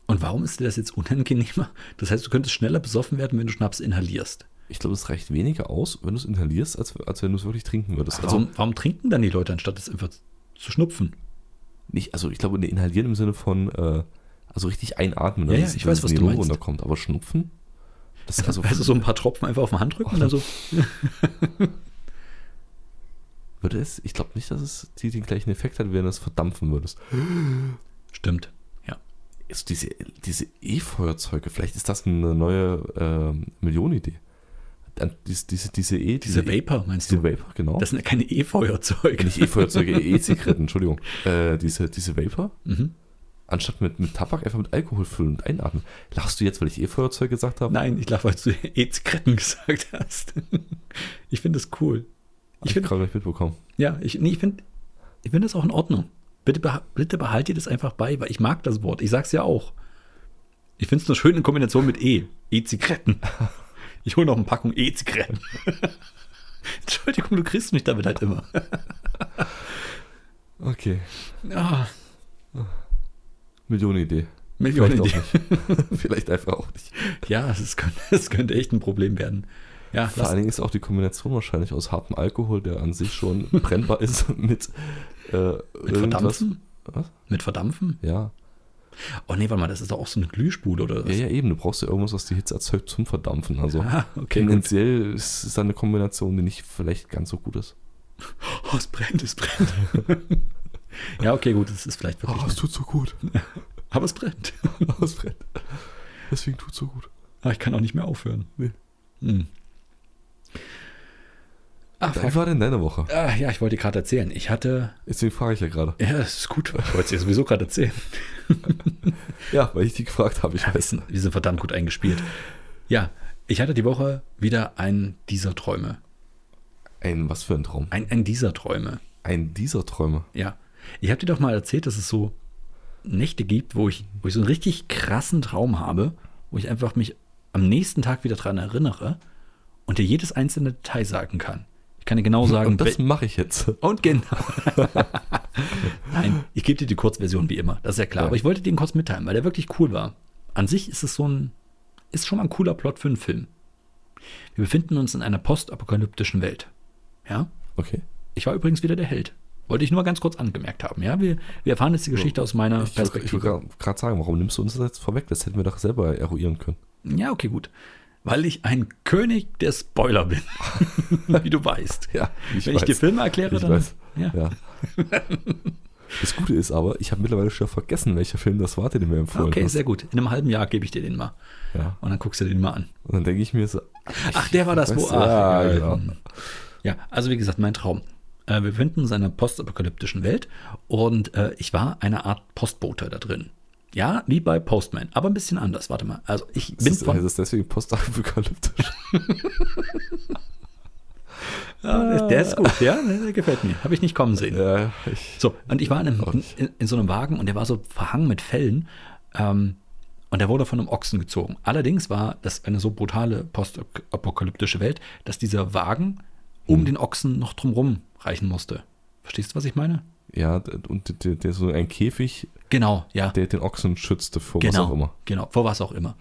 Speaker 1: Und warum ist dir das jetzt unangenehmer? Das heißt, du könntest schneller besoffen werden, wenn du Schnaps inhalierst.
Speaker 3: Ich glaube, es reicht weniger aus, wenn du es inhalierst, als, als wenn du es wirklich trinken würdest. Also,
Speaker 1: warum, warum trinken dann die Leute, anstatt es einfach zu schnupfen?
Speaker 3: nicht, also ich glaube, ne, inhalieren im Sinne von, äh, also richtig einatmen,
Speaker 1: Ja, ja,
Speaker 3: dass es-
Speaker 1: ich
Speaker 3: dass
Speaker 1: weiß,
Speaker 3: es
Speaker 1: was
Speaker 3: in die
Speaker 1: du
Speaker 3: Lunge
Speaker 1: meinst.
Speaker 3: runterkommt. Aber schnupfen? Das ist
Speaker 1: Also,
Speaker 3: also,
Speaker 1: also so ein paar Tropfen einfach auf den Handrücken oder so.
Speaker 3: würde es, ich glaube nicht, dass es die, den gleichen Effekt hat, wenn du es verdampfen würdest.
Speaker 1: Stimmt. Ja.
Speaker 3: Also diese diese E-Feuerzeuge, vielleicht ist das eine neue ähm, Millionenidee. Dann Diese, diese, diese E,
Speaker 1: Diese Vapor, meinst du?
Speaker 3: diese Vapor, genau. Äh,
Speaker 1: Das sind keine E-Feuerzeuge.
Speaker 3: nicht E-Feuerzeuge, E-Zigaretten, Entschuldigung. Äh, diese, diese Vapor,
Speaker 1: Mhm.
Speaker 3: anstatt mit, mit Tabak einfach mit Alkohol füllen und einatmen. Lachst du jetzt, weil ich E-Feuerzeug gesagt habe?
Speaker 1: Nein, ich lache, weil du E-Zigaretten gesagt hast. Ich finde das cool.
Speaker 3: ich
Speaker 1: Ich
Speaker 3: habe
Speaker 1: finde
Speaker 3: gerade nicht mitbekommen.
Speaker 1: ja, ich, nee, ich finde ich find das auch in Ordnung. Bitte, beha bitte behalt dir das einfach bei, weil ich mag das Wort. Ich sag's ja auch. Ich finde es nur schön in Kombination mit E. E-Zigaretten. Ich hole noch eine Packung E-Zigaretten. Entschuldigung, du kriegst mich damit halt immer.
Speaker 3: Okay.
Speaker 1: Ah,
Speaker 3: Millionenidee.
Speaker 1: Millionen
Speaker 3: Vielleicht auch nicht. Vielleicht einfach auch nicht.
Speaker 1: Ja, es könnte, es könnte echt ein Problem werden. Ja,
Speaker 3: Vor
Speaker 1: lass,
Speaker 3: allen Dingen ist auch die Kombination wahrscheinlich aus hartem Alkohol, der an sich schon brennbar ist, mit, äh,
Speaker 1: mit Verdampfen?
Speaker 3: Was?
Speaker 1: Mit Verdampfen?
Speaker 3: Ja.
Speaker 1: Oh nee, warte mal, das ist doch auch so eine Glühspule oder was?
Speaker 3: ja, ja, eben. Du brauchst ja irgendwas, was die Hitze erzeugt zum Verdampfen. Also
Speaker 1: Ah, okay, gut.
Speaker 3: tendenziell ist es dann eine Kombination, die nicht vielleicht ganz so gut ist.
Speaker 1: Oh, es brennt, es brennt. ja, okay, gut, es ist vielleicht wirklich. nicht.
Speaker 3: Oh, tut so gut.
Speaker 1: Aber es brennt.
Speaker 3: Oh. Es brennt. Deswegen tut so gut.
Speaker 1: Ah, ich kann auch nicht mehr aufhören.
Speaker 3: Nee.
Speaker 1: Hm. Ach,
Speaker 3: Wie war denn deine Woche?
Speaker 1: ah, ja, ich wollte gerade erzählen. Ich hatte.
Speaker 3: Deswegen frage ich ja gerade.
Speaker 1: Ja, das ist gut. Ich wollte es dir sowieso gerade erzählen.
Speaker 3: Ja, weil ich die gefragt habe, ich
Speaker 1: Wir
Speaker 3: weiß.
Speaker 1: sind, wir sind verdammt gut eingespielt. Ja, ich hatte die Woche wieder einen dieser Träume.
Speaker 3: Ein, was für ein Traum.
Speaker 1: Ein, ein dieser Träume.
Speaker 3: Ein dieser Träume.
Speaker 1: Ja. Ich habe dir doch mal erzählt, dass es so Nächte gibt, wo ich, wo ich so einen richtig krassen Traum habe, wo ich einfach mich am nächsten Tag wieder dran erinnere und dir jedes einzelne Detail sagen kann. Ich kann dir genau sagen,
Speaker 3: Und das mache ich jetzt.
Speaker 1: wel- und genau. Nein, ich gebe dir die Kurzversion wie immer, das ist ja klar.
Speaker 3: Ja.
Speaker 1: Aber ich wollte den kurz mitteilen, weil der wirklich cool war. An sich ist es so ein, ist schon mal ein cooler Plot für einen Film. Wir befinden uns in einer postapokalyptischen Welt. Ja,
Speaker 3: Okay.
Speaker 1: ich war übrigens wieder der Held. Wollte ich nur mal ganz kurz angemerkt haben. Ja, wir, wir erfahren jetzt die Geschichte aus meiner
Speaker 3: Ich, ich
Speaker 1: Perspektive.
Speaker 3: wollte gerade sagen, warum nimmst du uns das jetzt vorweg? Das hätten wir doch selber eruieren können.
Speaker 1: Ja, okay, gut. Weil ich ein König der Spoiler bin. Wie du weißt.
Speaker 3: Ja, ich
Speaker 1: Wenn ich
Speaker 3: weiß.
Speaker 1: dir Filme erkläre,
Speaker 3: Ich
Speaker 1: dann.
Speaker 3: weiß.
Speaker 1: Ja.
Speaker 3: Ja. Das Gute ist aber, ich habe mittlerweile schon vergessen, welcher Film das war, den du mir empfohlen
Speaker 1: Okay,
Speaker 3: hast.
Speaker 1: sehr gut. In einem halben Jahr gebe ich dir den mal.
Speaker 3: Ja.
Speaker 1: Und dann guckst du den mal an.
Speaker 3: Und dann denke ich mir so,
Speaker 1: Ach, der war das, wo.
Speaker 3: Weißt du,
Speaker 1: Ach,
Speaker 3: ja,
Speaker 1: ja,
Speaker 3: genau.
Speaker 1: ähm, ja, also wie gesagt, mein Traum. Äh, wir befinden uns in einer postapokalyptischen Welt und äh, ich war eine Art Postbote da drin. Ja, wie bei Postman, aber ein bisschen anders. Warte mal. Also ich bin
Speaker 3: ist äh, das,
Speaker 1: von.
Speaker 3: ist das deswegen postapokalyptisch?
Speaker 1: Ah, der- der ist gut, ja, der der gefällt mir. Habe ich nicht kommen sehen.
Speaker 3: ja, ich,
Speaker 1: So, und ich war in, einem,
Speaker 3: Auch nicht.
Speaker 1: in, in so einem Wagen und der war so verhangen mit Fellen. Ähm, und der wurde von einem Ochsen gezogen. Allerdings war das eine so brutale postapokalyptische Welt, dass dieser Wagen um den Ochsen noch drumrum reichen musste. Verstehst du, was ich meine?
Speaker 3: ja, und der, der so ein Käfig,
Speaker 1: Genau, ja.
Speaker 3: der den Ochsen schützte vor was
Speaker 1: genau,
Speaker 3: auch immer.
Speaker 1: Genau, vor was auch immer.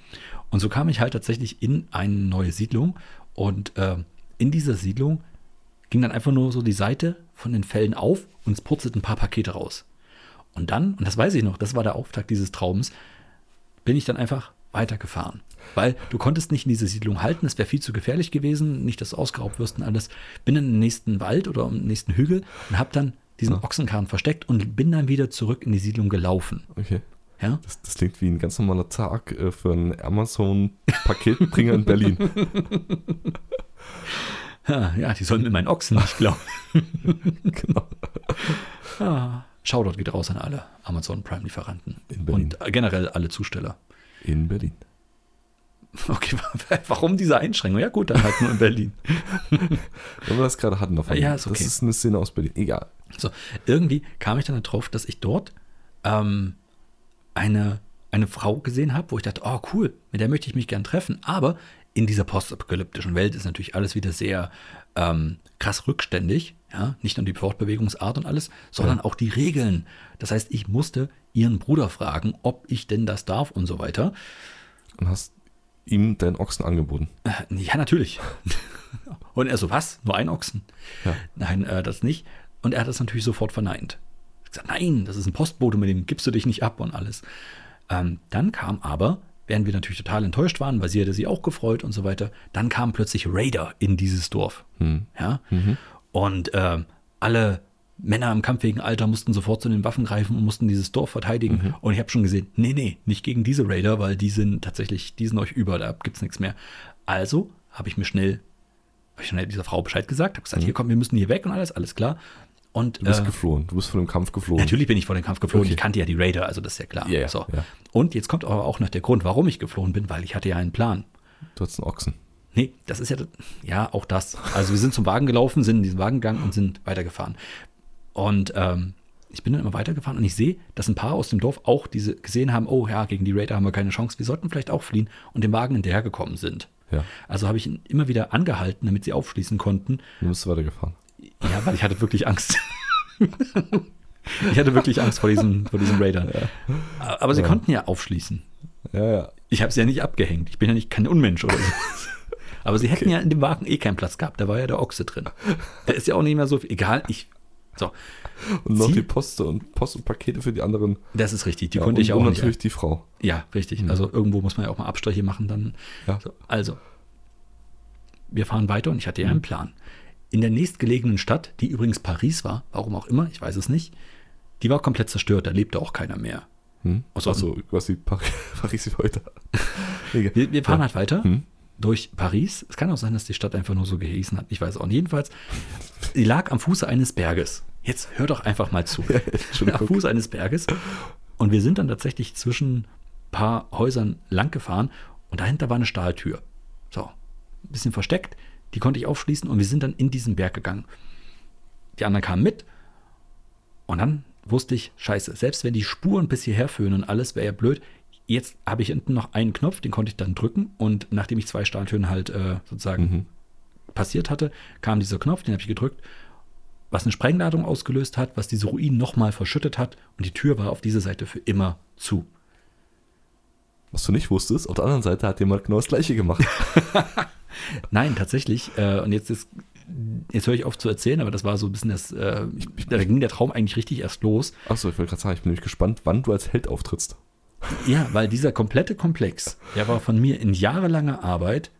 Speaker 1: Und so kam ich halt tatsächlich in eine neue Siedlung und ähm, in dieser Siedlung ging dann einfach nur so die Seite von den Fällen auf und es purzelten ein paar Pakete raus. Und dann, und das weiß ich noch, das war der Auftakt dieses Traums, bin ich dann einfach weitergefahren. Weil du konntest nicht in diese Siedlung halten, es wäre viel zu gefährlich gewesen, nicht, dass du ausgeraubt wirst und alles. Bin dann im nächsten Wald oder im nächsten Hügel und habe dann diesen Ochsenkarren versteckt und bin dann wieder zurück in die Siedlung gelaufen.
Speaker 3: Okay.
Speaker 1: Ja?
Speaker 3: Das, das klingt wie ein ganz normaler Tag äh, für einen Amazon-Paketbringer in Berlin.
Speaker 1: Ja, ja, die sollen mir meinen Ochsen nicht glauben.
Speaker 3: genau.
Speaker 1: Ah. Shoutout geht raus an alle Amazon Prime-Lieferanten.
Speaker 3: In Berlin.
Speaker 1: Und generell alle Zusteller.
Speaker 3: In Berlin.
Speaker 1: Okay, warum diese Einschränkung? Ja, gut, dann halt nur in Berlin.
Speaker 3: Wenn wir das gerade hatten davon.
Speaker 1: Ja, ist okay.
Speaker 3: Das ist eine Szene aus Berlin. Egal.
Speaker 1: So, irgendwie kam ich dann darauf, dass ich dort ähm, eine, eine Frau gesehen habe, wo ich dachte, oh cool, mit der möchte ich mich gern treffen. Aber in dieser postapokalyptischen Welt ist natürlich alles wieder sehr ähm, krass rückständig. Ja? Nicht nur die Fortbewegungsart und alles, sondern auch die Regeln. Das heißt, ich musste ihren Bruder fragen, ob ich denn das darf und so weiter.
Speaker 3: Und hast ihm deinen Ochsen angeboten.
Speaker 1: Äh, Ja, natürlich. Und er so, was? Nur ein Ochsen?
Speaker 3: Ja.
Speaker 1: Nein, äh, das nicht. Und er hat das natürlich sofort verneint. Ich gesagt, nein, das ist ein Postbote, mit dem gibst du dich nicht ab und alles. Ähm, dann kam aber, während wir natürlich total enttäuscht waren, weil sie hätte sie auch gefreut und so weiter, dann kam plötzlich Raider in dieses Dorf. Ja? Und ähm, alle Männer im kampffähigen Alter mussten sofort zu den Waffen greifen und mussten dieses Dorf verteidigen.
Speaker 3: Mhm.
Speaker 1: Und ich habe schon gesehen, nee, nee, nicht gegen diese Raider, weil die sind tatsächlich, die sind euch über, da gibt's nichts mehr. Also habe ich mir schnell, habe ich schnell dieser Frau Bescheid gesagt, habe gesagt, hier komm, wir müssen hier weg und alles, alles klar. Und
Speaker 3: Mhm. Du bist
Speaker 1: äh,
Speaker 3: geflohen. Du bist von dem Kampf geflohen.
Speaker 1: Natürlich bin ich vor den Kampf geflohen.
Speaker 3: Okay.
Speaker 1: Ich kannte ja die Raider, also das ist ja klar.
Speaker 3: Ja, ja,
Speaker 1: so.
Speaker 3: ja.
Speaker 1: Und jetzt kommt aber auch noch der Grund, warum ich geflohen bin, weil ich hatte ja einen Plan.
Speaker 3: Du hast einen Ochsen.
Speaker 1: Nee, das ist ja, ja, auch das. Also wir sind zum Wagen gelaufen, sind in diesen Wagen gegangen und sind weitergefahren. Und ähm, ich bin dann immer weitergefahren und ich sehe, dass ein paar aus dem Dorf auch diese gesehen haben, oh ja, gegen die Raider haben wir keine Chance, wir sollten vielleicht auch fliehen und dem Wagen hinterhergekommen sind.
Speaker 3: Ja.
Speaker 1: Also habe ich ihn immer wieder angehalten, damit sie aufschließen konnten.
Speaker 3: Du bist weitergefahren.
Speaker 1: Ja, weil ich hatte wirklich Angst. ich hatte wirklich Angst vor diesen, vor diesen Raidern. Aber sie konnten ja aufschließen.
Speaker 3: Ja, ja.
Speaker 1: Ich habe sie ja nicht abgehängt. Ich bin ja nicht kein Unmensch oder so. Aber sie hätten ja in dem Wagen eh keinen Platz gehabt. Da war ja der Ochse drin. Der ist ja auch nicht mehr so viel. Egal, ich. So,
Speaker 3: Und noch
Speaker 1: Sie-
Speaker 3: die Poste und Post und Pakete für die anderen.
Speaker 1: das ist richtig. Die
Speaker 3: Ja,
Speaker 1: konnte
Speaker 3: und,
Speaker 1: ich auch
Speaker 3: und
Speaker 1: nicht.
Speaker 3: natürlich die Frau.
Speaker 1: Ja, richtig. Also irgendwo muss man ja auch mal Abstriche machen dann.
Speaker 3: Ja.
Speaker 1: So, also, wir fahren weiter und ich hatte ja
Speaker 3: Mhm.
Speaker 1: einen Plan. In der nächstgelegenen Stadt, die übrigens Paris war, warum auch immer, ich weiß es nicht, die war komplett zerstört, da lebte auch keiner mehr.
Speaker 3: Hm?
Speaker 1: Aus-
Speaker 3: Also quasi Par Paris wie heute. Egal.
Speaker 1: Wir, wir fahren halt weiter
Speaker 3: Hm.
Speaker 1: durch Paris. Es kann auch sein, dass die Stadt einfach nur so gehießen hat, ich weiß auch nicht. Jedenfalls, sie lag am Fuße eines Berges. Jetzt hör doch einfach mal zu. am
Speaker 3: Entschuldigung.
Speaker 1: Fuß eines Berges. Und wir sind dann tatsächlich zwischen ein paar Häusern lang gefahren und dahinter war eine Stahltür. So, ein bisschen versteckt. Die konnte ich aufschließen und wir sind dann in diesen Berg gegangen. Die anderen kamen mit und dann wusste ich, scheiße, selbst wenn die Spuren bis hierher führen und alles wäre ja blöd, jetzt habe ich hinten noch einen Knopf, den konnte ich dann drücken und nachdem ich zwei Statuen halt äh, sozusagen
Speaker 3: Mhm.
Speaker 1: passiert hatte, kam dieser Knopf, den habe ich gedrückt, was eine Sprengladung ausgelöst hat, was diese Ruinen nochmal verschüttet hat und die Tür war auf dieser Seite für immer zu.
Speaker 3: Was du nicht wusstest, auf der anderen Seite hat jemand genau das gleiche gemacht.
Speaker 1: Nein, tatsächlich. Äh, und jetzt ist, jetzt höre ich auf zu erzählen, aber das war so ein bisschen das, äh, da ging der Traum eigentlich richtig erst los.
Speaker 3: Achso, ich wollte gerade sagen, ich bin nämlich gespannt, wann du als Held auftrittst.
Speaker 1: Ja, weil dieser komplette Komplex, der war von mir in jahrelanger Arbeit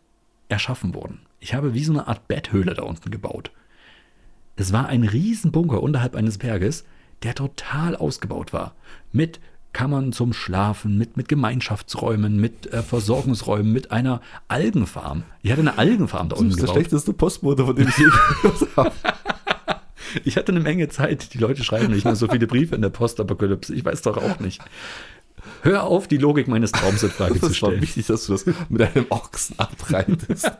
Speaker 1: erschaffen worden. Ich habe wie so eine Art Betthöhle da unten gebaut. Es war ein riesen Bunker unterhalb eines Berges, der total ausgebaut war. Mit Kammern zum Schlafen, mit, mit Gemeinschaftsräumen, mit äh, Versorgungsräumen, mit einer Algenfarm. Ich hatte eine Algenfarm da
Speaker 3: Du
Speaker 1: unten
Speaker 3: bist der
Speaker 1: gebaut.
Speaker 3: schlechteste Postbote, von dem ich je gehört habe.
Speaker 1: Ich hatte eine Menge Zeit. Die Leute schreiben nicht mehr so viele Briefe in der Postapokalypse. Ich weiß doch auch nicht. Hör auf, die Logik meines Traums in Frage zu
Speaker 3: Das war
Speaker 1: stellen.
Speaker 3: wichtig, dass du das mit einem Ochsen abreitest.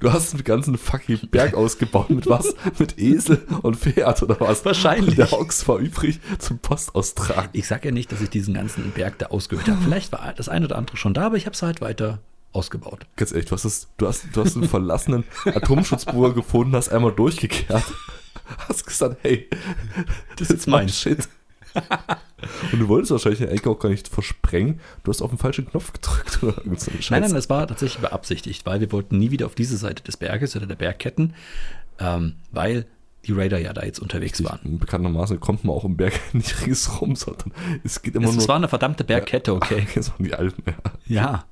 Speaker 3: Du hast einen ganzen fucking Berg ausgebaut mit was? Mit Esel und Pferd oder was?
Speaker 1: Wahrscheinlich.
Speaker 3: Und der Ochs war übrig zum Postaustragen.
Speaker 1: Ich sage ja nicht, dass ich diesen ganzen Berg da ausgehöhlt habe. Vielleicht war das eine oder andere schon da, aber ich habe es halt weiter ausgebaut.
Speaker 3: Ganz ehrlich, du hast, das, du hast, du hast einen verlassenen Atomschutzbruder gefunden, hast einmal durchgekehrt. Hast gesagt, hey,
Speaker 1: Das ist mein
Speaker 3: Shit. Und du wolltest wahrscheinlich den Ecke auch gar nicht versprengen. Du hast auf den falschen Knopf gedrückt oder irgend so einen Scheiß.
Speaker 1: Nein, nein, das war tatsächlich beabsichtigt, weil wir wollten nie wieder auf diese Seite des Berges oder der Bergketten, ähm, weil die Raider ja da jetzt unterwegs waren.
Speaker 3: Bekanntermaßen kommt man auch im Berg nicht ringsrum, sondern es geht immer
Speaker 1: Es,
Speaker 3: nur.
Speaker 1: es war eine verdammte Bergkette, okay.
Speaker 3: Jetzt waren die Alpen, ja.
Speaker 1: Ja.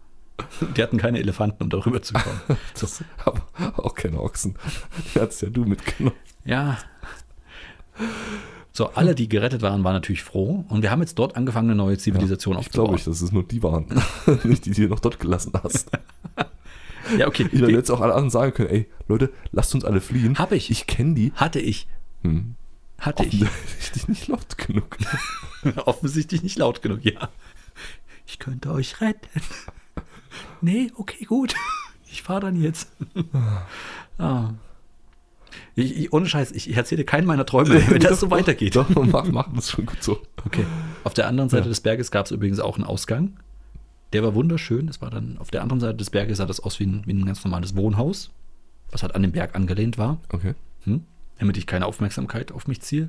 Speaker 1: Die hatten keine Elefanten, um darüber zu kommen. So.
Speaker 3: Aber auch keine Ochsen. Die hast ja du mitgenommen.
Speaker 1: Ja. So, alle, die gerettet waren, waren natürlich froh. Und wir haben jetzt dort angefangen, eine neue Zivilisation
Speaker 3: Ich
Speaker 1: aufzubauen.
Speaker 3: glaube ich, dass es nur die waren. nicht die, die du noch dort gelassen hast.
Speaker 1: Ja, okay.
Speaker 3: Ich hätte
Speaker 1: Die
Speaker 3: jetzt auch alle anderen sagen können, ey, Leute, lasst uns alle fliehen.
Speaker 1: Hab ich.
Speaker 3: Ich kenne die.
Speaker 1: hatte ich.
Speaker 3: Hm.
Speaker 1: Hatte ich.
Speaker 3: Offensichtlich nicht laut genug.
Speaker 1: Offensichtlich nicht laut genug, ja. Ich könnte euch retten. Nee, okay, gut. Ich fahre dann jetzt. Ah. Ich, ich, ohne Scheiß, ich erzähle keinen meiner Träume, wenn das so weitergeht.
Speaker 3: Doch, mach, mach das ist schon gut so.
Speaker 1: Okay. Auf der anderen Seite des Berges gab es übrigens auch einen Ausgang. Der war wunderschön. Das war dann auf der anderen Seite des Berges sah das aus wie ein, wie ein ganz normales Wohnhaus, was halt an den Berg angelehnt war,
Speaker 3: Okay.
Speaker 1: hm? damit ich keine Aufmerksamkeit auf mich ziehe.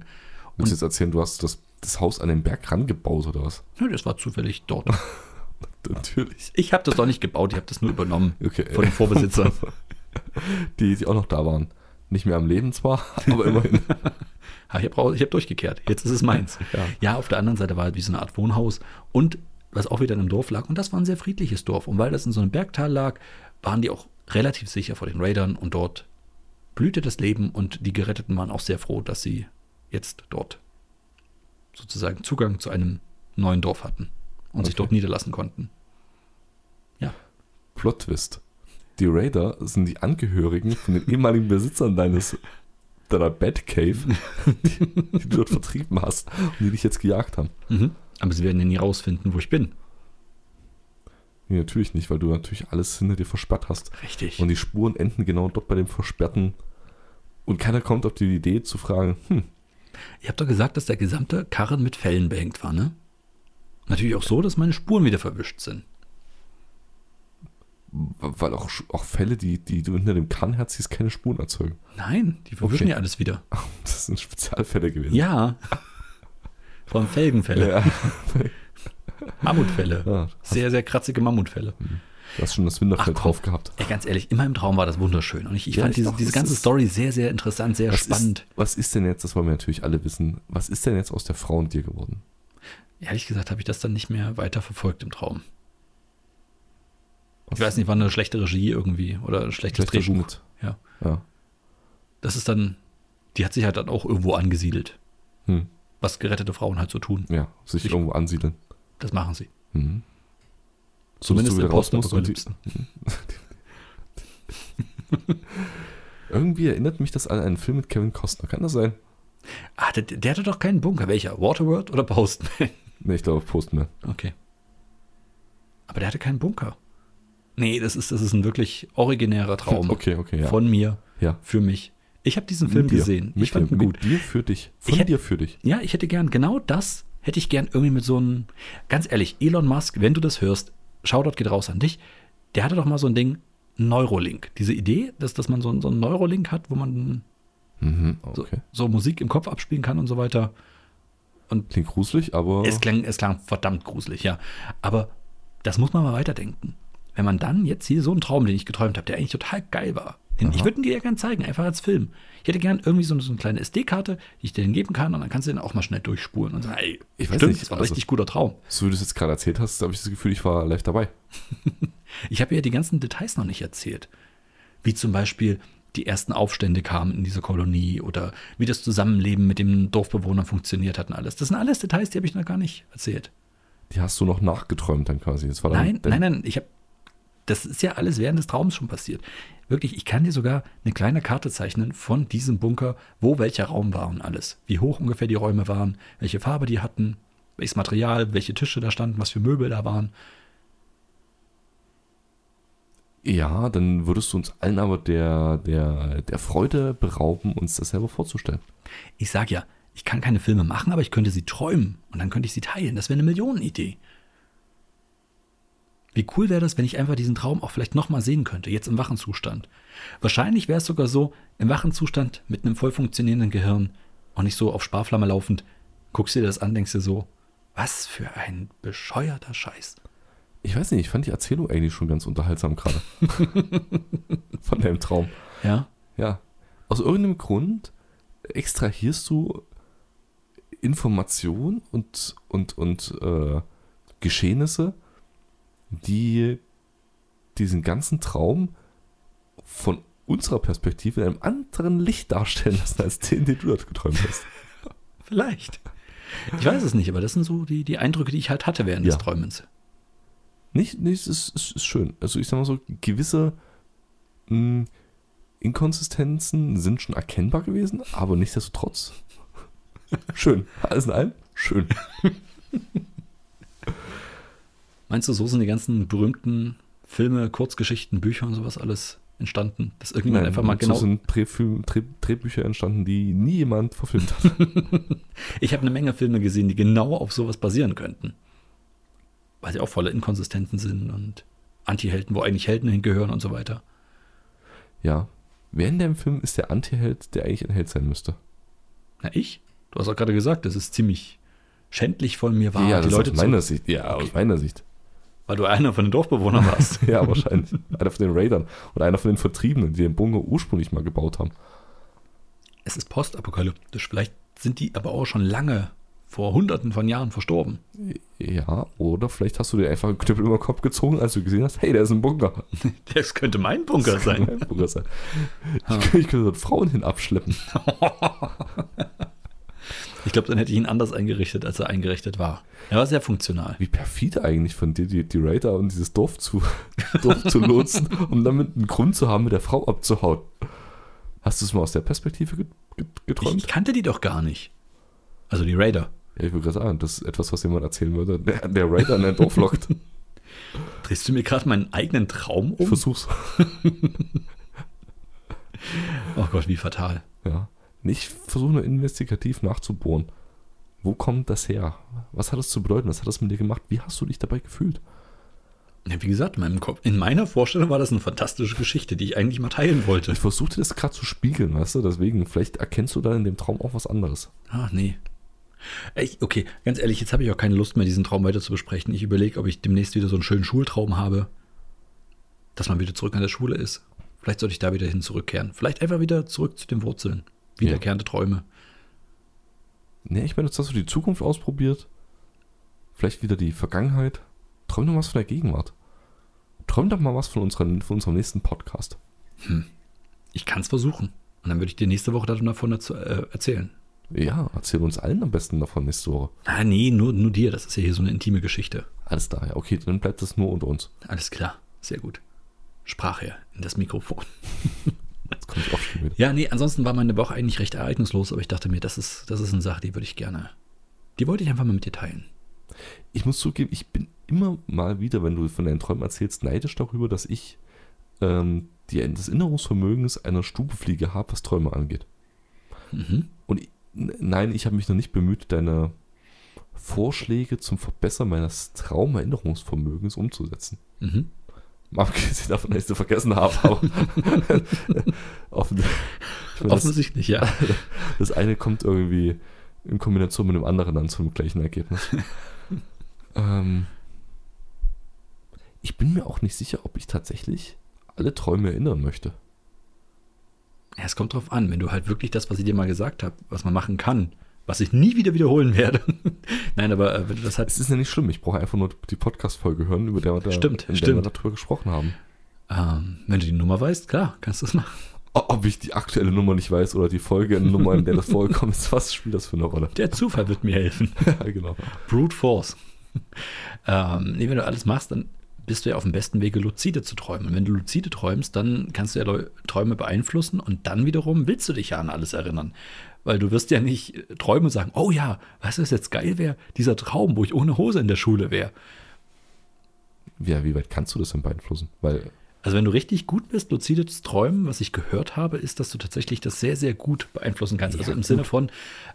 Speaker 3: Willst du jetzt erzählen, du hast das, das Haus an den Berg rangebaut oder was?
Speaker 1: Nö, das war zufällig dort.
Speaker 3: Natürlich.
Speaker 1: Ich habe das doch nicht gebaut, ich habe das nur übernommen
Speaker 3: Okay.
Speaker 1: von den Vorbesitzern.
Speaker 3: Die, die auch noch da waren. Nicht mehr am Leben zwar, aber immerhin.
Speaker 1: Ah, Ich habe hab durchgekehrt. Jetzt ist es meins.
Speaker 3: Ja.
Speaker 1: Ja. auf der anderen Seite war halt wie so eine Art Wohnhaus und was auch wieder in einem Dorf lag. Und das war ein sehr friedliches Dorf. Und weil das in so einem Bergtal lag, waren die auch relativ sicher vor den Raidern und dort blühte das Leben und die Geretteten waren auch sehr froh, dass sie jetzt dort sozusagen Zugang zu einem neuen Dorf hatten und sich
Speaker 3: Okay.
Speaker 1: dort niederlassen konnten. Ja.
Speaker 3: Plot Twist. Die Raider sind die Angehörigen von den ehemaligen Besitzern deines deiner Batcave, die, die du dort vertrieben hast und die dich jetzt gejagt haben.
Speaker 1: Mhm. Aber sie werden ja nie rausfinden, wo ich bin.
Speaker 3: Nee, natürlich nicht, weil du natürlich alles hinter dir versperrt hast.
Speaker 1: Richtig.
Speaker 3: Und die Spuren enden genau dort bei dem Versperrten. Und keiner kommt auf die Idee zu fragen, hm,
Speaker 1: Ihr habt doch gesagt, dass der gesamte Karren mit Fellen behängt war, ne? Natürlich auch so, dass meine Spuren wieder verwischt sind.
Speaker 3: weil auch, auch Fälle, die, die du hinter dem Kahn herziehst, keine Spuren erzeugen.
Speaker 1: Nein, die verwischen
Speaker 3: Okay.
Speaker 1: ja alles wieder.
Speaker 3: Das sind Spezialfälle gewesen.
Speaker 1: Ja. Vor allem Felgenfälle,
Speaker 3: Ja, Ah,
Speaker 1: Mammutfälle.
Speaker 3: Ja.
Speaker 1: Sehr, sehr kratzige Mammutfälle.
Speaker 3: du hast schon das Winterfeld
Speaker 1: Ach,
Speaker 3: drauf gehabt.
Speaker 1: Ey, ganz ehrlich, in meinem Traum war das wunderschön. Und ich, ich
Speaker 3: Ja,
Speaker 1: fand
Speaker 3: ich
Speaker 1: diese,
Speaker 3: doch,
Speaker 1: diese
Speaker 3: es
Speaker 1: ganze
Speaker 3: ist-
Speaker 1: Story sehr, sehr interessant, sehr spannend.
Speaker 3: Ist, was ist denn jetzt, das wollen wir natürlich alle wissen, was ist denn jetzt aus der Frau und dir geworden?
Speaker 1: Ehrlich gesagt habe ich das dann nicht mehr weiter verfolgt im Traum.
Speaker 3: Was
Speaker 1: Ich weiß nicht, war eine schlechte Regie irgendwie oder ein schlechtes
Speaker 3: Schlechter
Speaker 1: Drehbuch.
Speaker 3: Schnitt.
Speaker 1: Ja.
Speaker 3: Ja.
Speaker 1: Das ist dann, die hat sich halt dann auch irgendwo angesiedelt.
Speaker 3: Hm.
Speaker 1: Was gerettete Frauen halt so tun,
Speaker 3: ja, sich
Speaker 1: Ich-
Speaker 3: irgendwo ansiedeln.
Speaker 1: das machen sie.
Speaker 3: Mhm.
Speaker 1: Zumindest
Speaker 3: Bis du
Speaker 1: im
Speaker 3: wieder raus musst und die-
Speaker 1: Postapokalypse.
Speaker 3: Irgendwie erinnert mich das an einen Film mit Kevin Costner. Kann das sein?
Speaker 1: Ah, der, der hatte doch keinen Bunker. Welcher? Waterworld oder Postman?
Speaker 3: Ne, ich glaube Postman.
Speaker 1: Okay. Aber der hatte keinen Bunker. Nee, das ist, das ist ein wirklich originärer Traum
Speaker 3: Oh, Okay, okay, ja.
Speaker 1: von mir,
Speaker 3: Ja.
Speaker 1: für mich. Ich habe diesen Film
Speaker 3: Mit dir.
Speaker 1: gesehen.
Speaker 3: Mit
Speaker 1: ich fand
Speaker 3: dir,
Speaker 1: ihn gut.
Speaker 3: Mit dir für dich. Von
Speaker 1: Ich hätt-
Speaker 3: dir für dich.
Speaker 1: Ja, ich hätte gern genau das, hätte ich gern irgendwie mit so einem, ganz ehrlich, Elon Musk, wenn du das hörst, Shoutout geht raus an dich, der hatte doch mal so ein Ding, Neurolink. Diese Idee, dass, dass man so, einen- so einen Neurolink hat, wo man
Speaker 3: Mhm, Okay.
Speaker 1: so Musik im Kopf abspielen kann und so weiter.
Speaker 3: Klingt gruselig, aber
Speaker 1: Es klang, es klang verdammt gruselig, ja. Aber das muss man mal weiterdenken. Wenn man dann jetzt hier so einen Traum, den ich geträumt habe, der eigentlich total geil war, den, ich würde ihn dir ja gern zeigen, einfach als Film. Ich hätte gern irgendwie so, so eine kleine SD-Karte, die ich dir dann geben kann und dann kannst du den auch mal schnell durchspulen und sagen, ey,
Speaker 3: Ich weiß
Speaker 1: stimmt,
Speaker 3: nicht,
Speaker 1: das war ein
Speaker 3: also-
Speaker 1: richtig guter Traum.
Speaker 3: so wie du es jetzt gerade erzählt hast, habe ich das Gefühl, ich war live dabei.
Speaker 1: Ich habe ja die ganzen Details noch nicht erzählt. Wie zum Beispiel die ersten Aufstände kamen in dieser Kolonie oder wie das Zusammenleben mit den Dorfbewohnern funktioniert hat und alles. Das sind alles Details, die habe ich noch gar nicht erzählt.
Speaker 3: Die hast du noch nachgeträumt dann quasi. Das war dann,
Speaker 1: Nein,
Speaker 3: dann,
Speaker 1: nein, nein, ich habe das ist ja alles während des Traums schon passiert. Wirklich, ich kann dir sogar eine kleine Karte zeichnen von diesem Bunker, wo welcher Raum war und alles. Wie hoch ungefähr die Räume waren, welche Farbe die hatten, welches Material, welche Tische da standen, was für Möbel da waren.
Speaker 3: Ja, dann würdest du uns allen aber der, der, der Freude berauben, uns das selber vorzustellen.
Speaker 1: Ich sag ja, ich kann keine Filme machen, aber ich könnte sie träumen und dann könnte ich sie teilen. Das wäre eine Millionenidee. Wie cool wäre das, wenn ich einfach diesen Traum auch vielleicht nochmal sehen könnte, jetzt im wachen Zustand. Wahrscheinlich wäre es sogar so, im wachen Zustand mit einem voll funktionierenden Gehirn und nicht so auf Sparflamme laufend, guckst dir das an, denkst dir so, was für ein bescheuerter Scheiß.
Speaker 3: Ich weiß nicht, ich fand die Erzählung eigentlich schon ganz unterhaltsam gerade. Von deinem Traum.
Speaker 1: Ja,
Speaker 3: Ja. Aus irgendeinem Grund extrahierst du Informationen und, und, und äh, Geschehnisse, die diesen ganzen Traum von unserer Perspektive in einem anderen Licht darstellen lassen, als den, den du dort geträumt hast.
Speaker 1: vielleicht. Ich weiß es nicht, aber das sind so die, die Eindrücke, die ich halt hatte während
Speaker 3: Ja.
Speaker 1: des Träumens.
Speaker 3: Nicht, nicht es ist, es ist schön. Also ich sag mal so, gewisse mh, Inkonsistenzen sind schon erkennbar gewesen, aber nichtsdestotrotz. Schön. Alles in allem, schön.
Speaker 1: Meinst du, so sind die ganzen berühmten Filme, Kurzgeschichten, Bücher und sowas alles entstanden? Dass irgendjemand einfach mal
Speaker 3: so
Speaker 1: genau.
Speaker 3: sind Drehfilm, Dreh, Drehbücher entstanden, die nie jemand verfilmt hat.
Speaker 1: ich habe eine Menge Filme gesehen, die genau auf sowas basieren könnten. Weil sie auch voller Inkonsistenzen sind und Anti-Helden, wo eigentlich Helden hingehören und so weiter.
Speaker 3: ja. Wer in dem Film ist der Antiheld, der eigentlich ein Held sein müsste?
Speaker 1: Na, ich? Du hast auch gerade gesagt, das ist ziemlich schändlich von mir war,
Speaker 3: ja,
Speaker 1: die
Speaker 3: das
Speaker 1: Leute
Speaker 3: aus
Speaker 1: zu,
Speaker 3: meiner Sicht. Ja,
Speaker 1: Okay.
Speaker 3: aus meiner Sicht.
Speaker 1: weil du einer von den Dorfbewohnern warst.
Speaker 3: Ja, wahrscheinlich. einer von den Raidern und einer von den Vertriebenen, die den Bunker ursprünglich mal gebaut haben.
Speaker 1: es ist postapokalyptisch. Vielleicht sind die aber auch schon lange, vor hunderten von Jahren verstorben.
Speaker 3: Ja, oder vielleicht hast du dir einfach einen Knüppel über den Kopf gezogen, als du gesehen hast, hey, da ist ein Bunker.
Speaker 1: Das könnte mein Bunker sein.
Speaker 3: Ein Bunker sein. Ich, ich könnte dort Frauen hin abschleppen.
Speaker 1: Ich glaube, dann hätte ich ihn anders eingerichtet, als er eingerichtet war. Er war sehr funktional.
Speaker 3: Wie perfide eigentlich von dir, die, die Raider und dieses Dorf zu, Dorf zu lotsen, um damit einen Grund zu haben, mit der Frau abzuhauen. Hast du es mal aus der Perspektive get- get- geträumt?
Speaker 1: Ich kannte die doch gar nicht. Also die Raider.
Speaker 3: ja, ich würde gerade sagen, das ist etwas, was jemand erzählen würde, der, der Raider in ein Dorf lockt.
Speaker 1: Drehst du mir gerade meinen eigenen Traum
Speaker 3: Ich
Speaker 1: um?
Speaker 3: versuch's.
Speaker 1: Oh Gott, wie fatal.
Speaker 3: Ja. Ich versuche nur investigativ nachzubohren. Wo kommt das her? Was hat es zu bedeuten? Was hat es mit dir gemacht? Wie hast du dich dabei gefühlt?
Speaker 1: Ja, wie gesagt, in, meinem Kopf, in meiner Vorstellung war das eine fantastische Geschichte, die ich eigentlich mal teilen wollte.
Speaker 3: Ich versuchte das gerade zu spiegeln, weißt du? Deswegen, vielleicht erkennst du da in dem Traum auch was anderes.
Speaker 1: Ach Ah, nee. Ich, okay, ganz ehrlich, jetzt habe ich auch keine Lust mehr, diesen Traum weiter zu besprechen. Ich überlege, ob ich demnächst wieder so einen schönen Schultraum habe. Dass man wieder zurück an der Schule ist. Vielleicht sollte ich da wieder hin zurückkehren. Vielleicht einfach wieder zurück zu den Wurzeln. Wiederkehrende Träume.
Speaker 3: Ne, ich meine, jetzt hast du die Zukunft ausprobiert. Vielleicht wieder die Vergangenheit. Träum doch was von der Gegenwart. Träum doch mal was von, unseren, von unserem nächsten Podcast.
Speaker 1: Ich kann es versuchen. Und dann würde ich dir nächste Woche dann davon erz- äh, erzählen.
Speaker 3: Ja, erzähl uns allen am besten davon nächste Woche.
Speaker 1: Ah, nee, nur, nur dir. Das ist ja hier so eine intime Geschichte.
Speaker 3: Alles da, ja. Okay, dann bleibt das nur unter uns.
Speaker 1: Alles klar. Sehr gut. Sprach er in das Mikrofon.
Speaker 3: Jetzt komme ich auch schon wieder.
Speaker 1: Ja, nee, ansonsten war meine Woche eigentlich recht ereignislos, aber ich dachte mir, das ist, das ist eine Sache, die würde ich gerne. Die wollte ich einfach mal mit dir teilen.
Speaker 3: Ich muss zugeben, ich bin immer mal wieder, wenn du von deinen Träumen erzählst, neidisch darüber, dass ich ähm, die, des Erinnerungsvermögens einer Stubefliege habe, was Träume angeht.
Speaker 1: Mhm.
Speaker 3: Und ich, n- nein, ich habe mich noch nicht bemüht, deine Vorschläge zum Verbessern meines Traumerinnerungsvermögens umzusetzen.
Speaker 1: Mhm.
Speaker 3: Mal abgesehen davon, dass ich sie vergessen habe. Aber offen, ich meine, das,
Speaker 1: Offensichtlich, ja.
Speaker 3: das eine kommt irgendwie in Kombination mit dem anderen dann zum gleichen Ergebnis. ähm, ich bin mir auch nicht sicher, ob ich tatsächlich alle Träume erinnern möchte.
Speaker 1: Ja, Es kommt drauf an, wenn du halt wirklich das, was ich dir mal gesagt habe, was man machen kann, was ich nie wieder wiederholen werde. Nein, aber äh, wenn du das halt.
Speaker 3: Es ist ja nicht schlimm, ich brauche einfach nur die Podcast-Folge hören, über der wir, da,
Speaker 1: Stimmt,
Speaker 3: in der wir
Speaker 1: stimmt.
Speaker 3: darüber gesprochen haben.
Speaker 1: Ähm, wenn du die Nummer weißt, klar, kannst du das machen.
Speaker 3: O- Ob ich die aktuelle Nummer nicht weiß oder die Folgenummer, in der das vorgekommen ist, was spielt das für eine Rolle?
Speaker 1: Der Zufall wird mir helfen.
Speaker 3: ja, genau.
Speaker 1: Brute Force. ähm, nee, wenn du alles machst, dann bist du ja auf dem besten Wege, luzide zu träumen. Und wenn du luzide träumst, dann kannst du ja Leu Träume beeinflussen und dann wiederum willst du dich ja an alles erinnern. Weil du wirst ja nicht äh, träumen und sagen, oh ja, was ist jetzt geil wäre, dieser Traum, wo ich ohne Hose in der Schule wäre.
Speaker 3: Ja, wie weit kannst du das denn beeinflussen? Weil
Speaker 1: Also wenn du richtig gut bist, luzides Träumen, was ich gehört habe, ist, dass du tatsächlich das sehr, sehr gut beeinflussen kannst. also im Sinne von,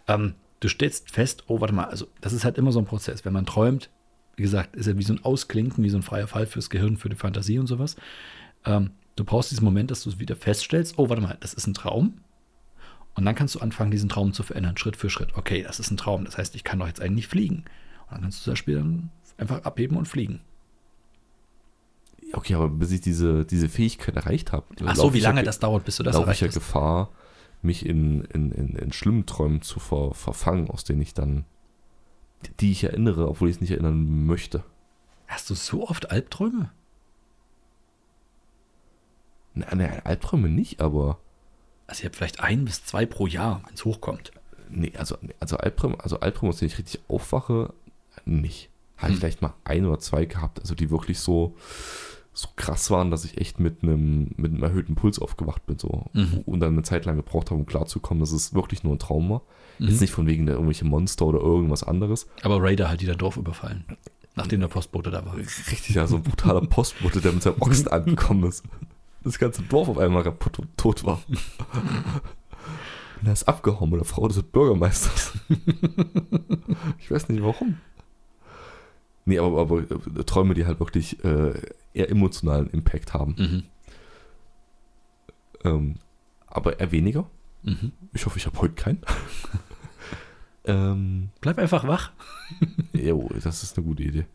Speaker 1: ähm, du stellst fest, oh, warte mal, also das ist halt immer so ein Prozess. Wenn man träumt, wie gesagt, ist ja wie so ein Ausklinken, wie so ein freier Fall fürs Gehirn, für die Fantasie und sowas. Ähm, du brauchst diesen Moment, dass du es wieder feststellst, oh, warte mal, das ist ein Traum. Und dann kannst du anfangen, diesen Traum zu verändern, Schritt für Schritt. Okay, das ist ein Traum, das heißt, ich kann doch jetzt eigentlich fliegen. Und dann kannst du zum Beispiel dann einfach abheben und fliegen.
Speaker 3: Ja, Okay, aber bis ich diese, diese Fähigkeit erreicht habe,
Speaker 1: Ach so,
Speaker 3: laufe
Speaker 1: wie
Speaker 3: ich ja
Speaker 1: lange
Speaker 3: ge-
Speaker 1: das dauert, bis du das
Speaker 3: laufe
Speaker 1: erreicht
Speaker 3: ich ja
Speaker 1: hast.
Speaker 3: Gefahr, mich in, in, in, in schlimmen Träumen zu ver, verfangen, aus denen ich dann, die ich erinnere, obwohl ich es nicht erinnern möchte.
Speaker 1: Hast du so oft Albträume?
Speaker 3: Nein, nein, Albträume nicht, aber
Speaker 1: Also ihr habt vielleicht ein bis zwei pro Jahr, wenn es hochkommt.
Speaker 3: nee, also, also Albträume, also Albträume, aus denen ich richtig aufwache, nicht. Habe ich
Speaker 1: Hm.
Speaker 3: vielleicht mal ein oder zwei gehabt, also die wirklich so, so krass waren, dass ich echt mit einem, mit einem erhöhten Puls aufgewacht bin, so.
Speaker 1: Mhm.
Speaker 3: Und dann eine Zeit lang gebraucht habe, um klarzukommen, dass es wirklich nur ein Traum war.
Speaker 1: Mhm.
Speaker 3: Jetzt nicht von wegen der irgendwelche Monster oder irgendwas anderes.
Speaker 1: Aber Raider halt, die dann Dorf überfallen. Nachdem der Postbote da war.
Speaker 3: Richtig, ja, so ein brutaler Postbote, der mit seinem Ochsen angekommen ist. Das ganze Dorf auf einmal kaputt und tot war. Und er ist abgehauen mit der Frau des Bürgermeisters. Ich weiß nicht warum. Nee, aber, aber äh, Träume, die halt wirklich äh, eher emotionalen Impact haben.
Speaker 1: Mhm.
Speaker 3: Ähm, aber eher weniger.
Speaker 1: Mhm.
Speaker 3: Ich hoffe, ich habe heute keinen. ähm,
Speaker 1: Bleib einfach wach.
Speaker 3: Jo, das ist eine gute Idee.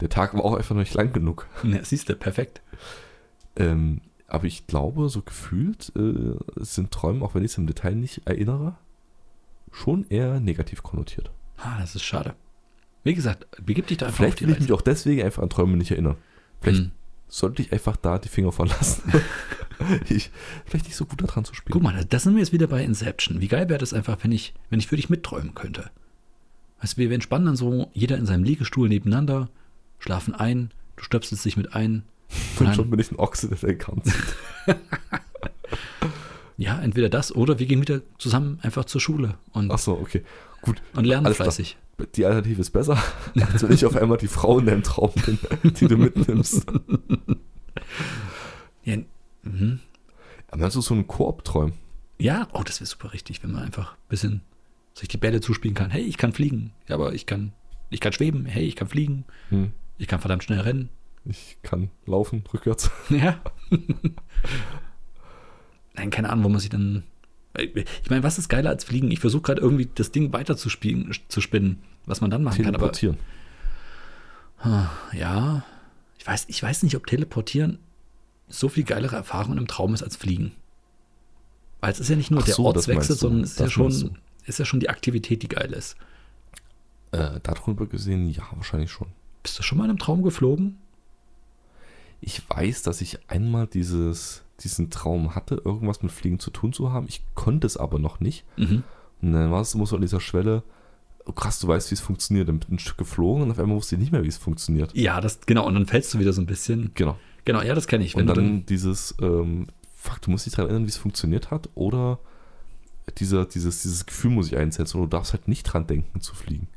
Speaker 3: Der Tag war auch einfach noch nicht lang genug.
Speaker 1: Ja, siehst du, perfekt.
Speaker 3: Ähm, aber ich glaube, so gefühlt äh, sind Träume, auch wenn ich es im Detail nicht erinnere, schon eher negativ konnotiert.
Speaker 1: Ah, das ist schade. Wie gesagt, begib dich da einfach
Speaker 3: Vielleicht will
Speaker 1: auf
Speaker 3: ich
Speaker 1: die
Speaker 3: mich
Speaker 1: Reise.
Speaker 3: auch deswegen einfach an Träume nicht erinnern. Vielleicht
Speaker 1: Hm.
Speaker 3: sollte ich einfach da die Finger von lassen. ich, vielleicht nicht so gut daran zu spielen.
Speaker 1: Guck mal, das sind wir jetzt wieder bei Inception. Wie geil wäre das einfach, wenn ich, wenn ich für dich mitträumen könnte. Weißt du, wir wären spannend dann so, jeder in seinem Liegestuhl nebeneinander, schlafen ein, du stöpselst dich mit ein. Und
Speaker 3: Und
Speaker 1: dann-
Speaker 3: schon bin ich ein Ochse, der den Kram zieht.
Speaker 1: Ja, entweder das oder wir gehen wieder zusammen einfach zur Schule und,
Speaker 3: Achso, okay. Gut.
Speaker 1: und lernen
Speaker 3: alles klar.
Speaker 1: fleißig.
Speaker 3: Die Alternative ist besser, als wenn ich auf einmal die Frau in deinem Traum bin, die du mitnimmst.
Speaker 1: Ja, mhm.
Speaker 3: Aber meinst du so einen Koop-Träum?
Speaker 1: ja, oh, das wäre super richtig, wenn man einfach ein bisschen sich die Bälle zuspielen kann. Hey, ich kann fliegen. Ja, aber ich kann, ich kann schweben. Hey, ich kann fliegen.
Speaker 3: Hm.
Speaker 1: Ich kann verdammt schnell rennen.
Speaker 3: Ich kann laufen, rückwärts.
Speaker 1: Ja. Nein, keine Ahnung, wo man sich dann. Ich meine, was ist geiler als fliegen? Ich versuche gerade irgendwie das Ding weiter zu, spielen, zu spinnen, was man dann machen kann. Aber
Speaker 3: Teleportieren.
Speaker 1: ja, ich weiß, ich weiß nicht, ob Teleportieren so viel geilere Erfahrung im Traum ist als Fliegen. Weil es ist ja nicht nur
Speaker 3: Ach
Speaker 1: der
Speaker 3: so, das
Speaker 1: Ortswechsel,
Speaker 3: meinst du.
Speaker 1: sondern es ist ja,
Speaker 3: Das
Speaker 1: schon,
Speaker 3: meinst du.
Speaker 1: ist ja schon die Aktivität, die geil ist.
Speaker 3: Äh, darüber gesehen, ja, wahrscheinlich schon.
Speaker 1: Bist du schon mal in einem Traum geflogen?
Speaker 3: Ich weiß, dass ich einmal dieses, diesen Traum hatte, irgendwas mit Fliegen zu tun zu haben. Ich konnte es aber noch nicht.
Speaker 1: Mhm.
Speaker 3: Und dann war es immer so an dieser Schwelle, oh krass, du weißt, wie es funktioniert. Dann bin ich ein Stück geflogen und auf einmal wusste ich nicht mehr, wie es funktioniert.
Speaker 1: Ja, das genau. Und dann fällst du wieder so ein bisschen.
Speaker 3: Genau.
Speaker 1: Genau, ja, das kenne ich.
Speaker 3: Und
Speaker 1: du
Speaker 3: dann dieses, ähm, fuck, du musst dich daran erinnern, wie es funktioniert hat. Oder dieser, dieses, dieses Gefühl muss ich einsetzen. Oder du darfst halt nicht dran denken zu fliegen.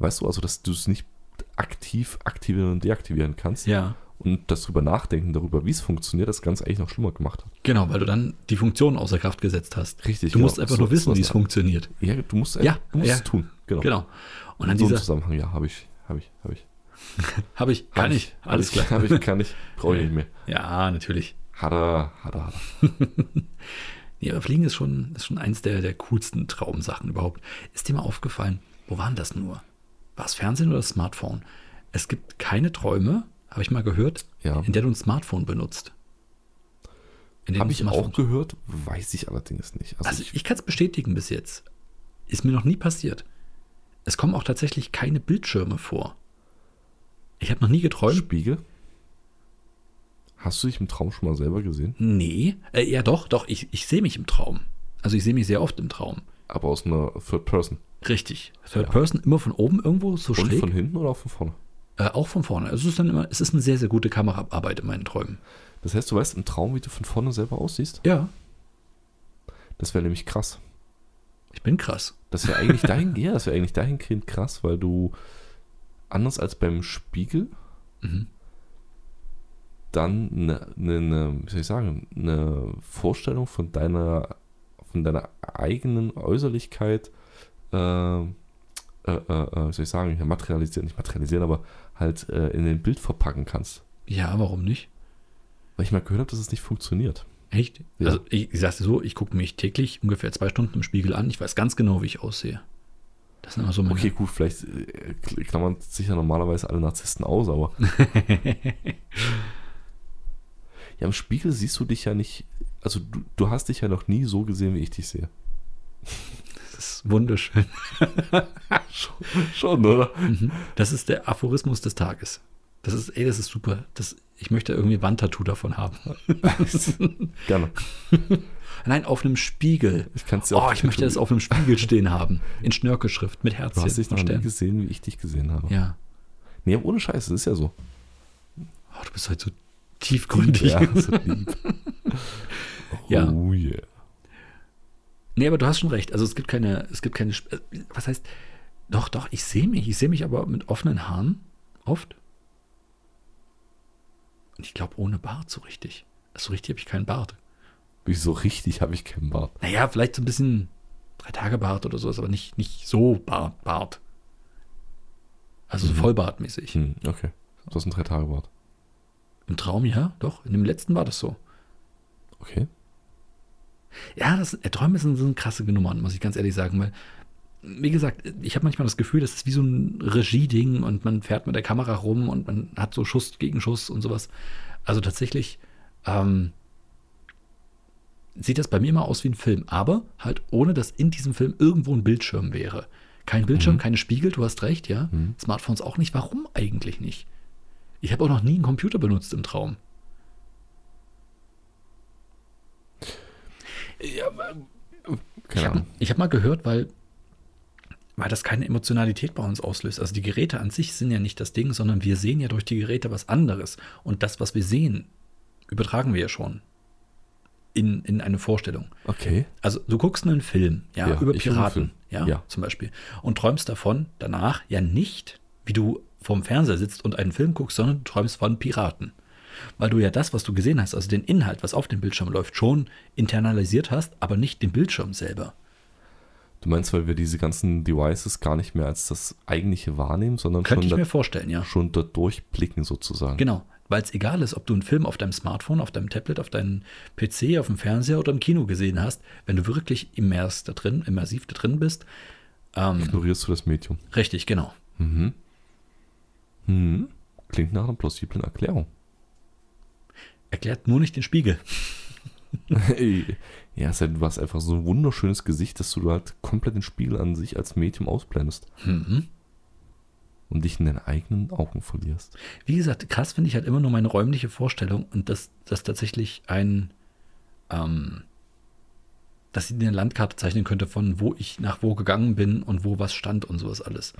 Speaker 3: Weißt du, also dass du es nicht aktiv aktivieren und deaktivieren kannst.
Speaker 1: ja,
Speaker 3: und das drüber nachdenken, darüber, wie es funktioniert, das Ganze eigentlich noch schlimmer gemacht hat.
Speaker 1: Genau, weil du dann die Funktion außer Kraft gesetzt hast.
Speaker 3: Richtig,
Speaker 1: Du musst
Speaker 3: genau.
Speaker 1: einfach
Speaker 3: So-
Speaker 1: nur wissen,
Speaker 3: sowas
Speaker 1: wie es
Speaker 3: war-
Speaker 1: funktioniert.
Speaker 3: Ja, du musst, äh,
Speaker 1: Ja,
Speaker 3: du musst
Speaker 1: ja.
Speaker 3: es tun. Genau.
Speaker 1: Genau. Und dann
Speaker 3: In so einem
Speaker 1: dieser,
Speaker 3: Zusammenhang, ja, habe ich, habe ich, habe ich.
Speaker 1: habe ich,
Speaker 3: Hab
Speaker 1: kann ich,
Speaker 3: hab
Speaker 1: alles
Speaker 3: ich,
Speaker 1: klar.
Speaker 3: Habe ich, kann ich, brauche ich nicht mehr.
Speaker 1: Ja, natürlich.
Speaker 3: Hat er, hat er, hat er.
Speaker 1: Nee, aber Fliegen ist schon, ist schon eins der, der coolsten Traumsachen überhaupt. Ist dir mal aufgefallen, wo waren das nur? War es Fernsehen oder das Smartphone? Es gibt keine Träume, habe ich mal gehört,
Speaker 3: Ja.
Speaker 1: in der du ein Smartphone benutzt. In denen
Speaker 3: Habe
Speaker 1: du
Speaker 3: ich
Speaker 1: ein Smartphone-
Speaker 3: auch gehört, weiß ich allerdings nicht. Also,
Speaker 1: Also
Speaker 3: ich,
Speaker 1: ich kann es bestätigen bis jetzt. Ist mir noch nie passiert. Es kommen auch tatsächlich keine Bildschirme vor. Ich habe noch nie geträumt.
Speaker 3: Spiegel. Hast du dich im Traum schon mal selber gesehen?
Speaker 1: Nee. Äh, ja, doch, doch. Ich, ich sehe mich im Traum. Also ich sehe mich sehr oft im Traum.
Speaker 3: Aber aus einer Third Person.
Speaker 1: Richtig. Third
Speaker 3: Ja.
Speaker 1: Person immer von oben irgendwo, so
Speaker 3: Und
Speaker 1: schräg.
Speaker 3: von hinten oder auch von vorne?
Speaker 1: Äh, auch von vorne. Also es ist dann immer, es ist eine sehr, sehr gute Kameraarbeit in meinen Träumen.
Speaker 3: Das heißt, du weißt im Traum, wie du von vorne selber aussiehst?
Speaker 1: Ja.
Speaker 3: Das wäre nämlich krass.
Speaker 1: Ich bin krass.
Speaker 3: Das wäre eigentlich dahin, ja, das wäre eigentlich dahingehend krass, weil du anders als beim Spiegel
Speaker 1: Mhm.
Speaker 3: dann eine, eine, eine, wie soll ich sagen, eine Vorstellung von deiner, von deiner eigenen Äußerlichkeit, äh, äh, äh, äh, wie soll ich sagen, ja, materialisieren, nicht materialisieren, aber halt äh, in ein Bild verpacken kannst.
Speaker 1: Ja, warum nicht?
Speaker 3: Weil ich mal gehört habe, dass es nicht funktioniert.
Speaker 1: Echt?
Speaker 3: Ja.
Speaker 1: Also ich, ich sag's dir so, ich gucke mich täglich ungefähr zwei Stunden im Spiegel an. Ich weiß ganz genau, wie ich aussehe. Das sind immer so meine.
Speaker 3: Okay, gut, vielleicht äh, kl- klammern sich ja normalerweise alle Narzissten aus, aber. ja, im Spiegel siehst du dich ja nicht. Also, du, du hast dich ja noch nie so gesehen, wie ich dich sehe.
Speaker 1: Das ist wunderschön.
Speaker 3: Schon, schon oder?
Speaker 1: Mhm. Das ist der Aphorismus des Tages. Das ist, ey, das ist super. Das, ich möchte irgendwie Wandtattoo davon haben.
Speaker 3: Gerne.
Speaker 1: Nein, auf einem Spiegel.
Speaker 3: Ich kann's dir
Speaker 1: Oh,
Speaker 3: auch
Speaker 1: ich möchte das auf einem Spiegel stehen haben. In Schnörkelschrift mit Herzchen
Speaker 3: Du hast dich
Speaker 1: und
Speaker 3: noch nie
Speaker 1: Sternen.
Speaker 3: gesehen, wie ich dich gesehen habe.
Speaker 1: Ja.
Speaker 3: Nee, aber ohne Scheiß, das ist ja so.
Speaker 1: Oh, du bist halt so tiefgründig.
Speaker 3: Ja, so lieb.
Speaker 1: Ja.
Speaker 3: Oh yeah.
Speaker 1: Nee, aber du hast schon recht. Also es gibt keine, es gibt keine, Sp- äh, was heißt, doch, doch, ich sehe mich. Ich sehe mich aber mit offenen Haaren oft. Und ich glaube, ohne Bart so richtig. Also So richtig habe ich keinen Bart.
Speaker 3: Wieso richtig habe ich keinen Bart?
Speaker 1: Naja, vielleicht so ein bisschen Drei-Tage-Bart oder sowas, aber nicht, nicht so Bart, Bart. Also vollbartmäßig.
Speaker 3: Hm, okay. Du hast einen Drei-Tage-Bart.
Speaker 1: Im Traum, ja, doch. In dem letzten war das so.
Speaker 3: Okay.
Speaker 1: Ja, das, äh, Träume sind, sind krasse Nummern, muss ich ganz ehrlich sagen, weil, wie gesagt, ich habe manchmal das Gefühl, das ist wie so ein Regieding und man fährt mit der Kamera rum und man hat so Schuss gegen Schuss und sowas. Also tatsächlich ähm, sieht das bei mir immer aus wie ein Film, aber halt ohne, dass in diesem Film irgendwo ein Bildschirm wäre. Kein Bildschirm, keine Spiegel, du hast recht, ja. Smartphones auch nicht. Warum eigentlich nicht? Ich habe auch noch nie einen Computer benutzt im Traum.
Speaker 3: Keine Ahnung.
Speaker 1: Ich habe mal gehört, weil, weil das keine Emotionalität bei uns auslöst. Also die Geräte an sich sind ja nicht das Ding, sondern wir sehen ja durch die Geräte was anderes. Und das, was wir sehen, übertragen wir ja schon in, in eine Vorstellung.
Speaker 3: Okay.
Speaker 1: Also du guckst einen Film, ja,
Speaker 3: Ja,
Speaker 1: über
Speaker 3: ich guck einen
Speaker 1: Piraten,
Speaker 3: Film.
Speaker 1: ja,
Speaker 3: Ja.
Speaker 1: zum Beispiel, und träumst davon danach ja nicht, wie du vorm Fernseher sitzt und einen Film guckst, sondern du träumst von Piraten. Weil du ja das, was du gesehen hast, also den Inhalt, was auf dem Bildschirm läuft, schon internalisiert hast, aber nicht den Bildschirm selber.
Speaker 3: Du meinst, weil wir diese ganzen Devices gar nicht mehr als das eigentliche wahrnehmen, sondern
Speaker 1: Könnte
Speaker 3: schon,
Speaker 1: ich
Speaker 3: da,
Speaker 1: mir vorstellen, ja.
Speaker 3: schon da durchblicken sozusagen.
Speaker 1: Genau. Weil es egal ist, ob du einen Film auf deinem Smartphone, auf deinem Tablet, auf deinem PC, auf dem Fernseher oder im Kino gesehen hast, wenn du wirklich immers da drin, immersiv da drin bist. Ähm,
Speaker 3: Ignorierst du das Medium.
Speaker 1: richtig, genau.
Speaker 3: Hm. Klingt nach einer plausiblen Erklärung.
Speaker 1: Erklärt nur nicht den Spiegel.
Speaker 3: ja, es sei denn, du hast einfach so ein wunderschönes Gesicht, dass du halt komplett den Spiegel an sich als Medium ausblendest
Speaker 1: Mhm.
Speaker 3: und dich in deinen eigenen Augen verlierst.
Speaker 1: Wie gesagt, krass finde ich halt immer nur meine räumliche Vorstellung und dass das tatsächlich ein, ähm, dass sie eine Landkarte zeichnen könnte von wo ich nach wo gegangen bin und wo was stand und sowas alles.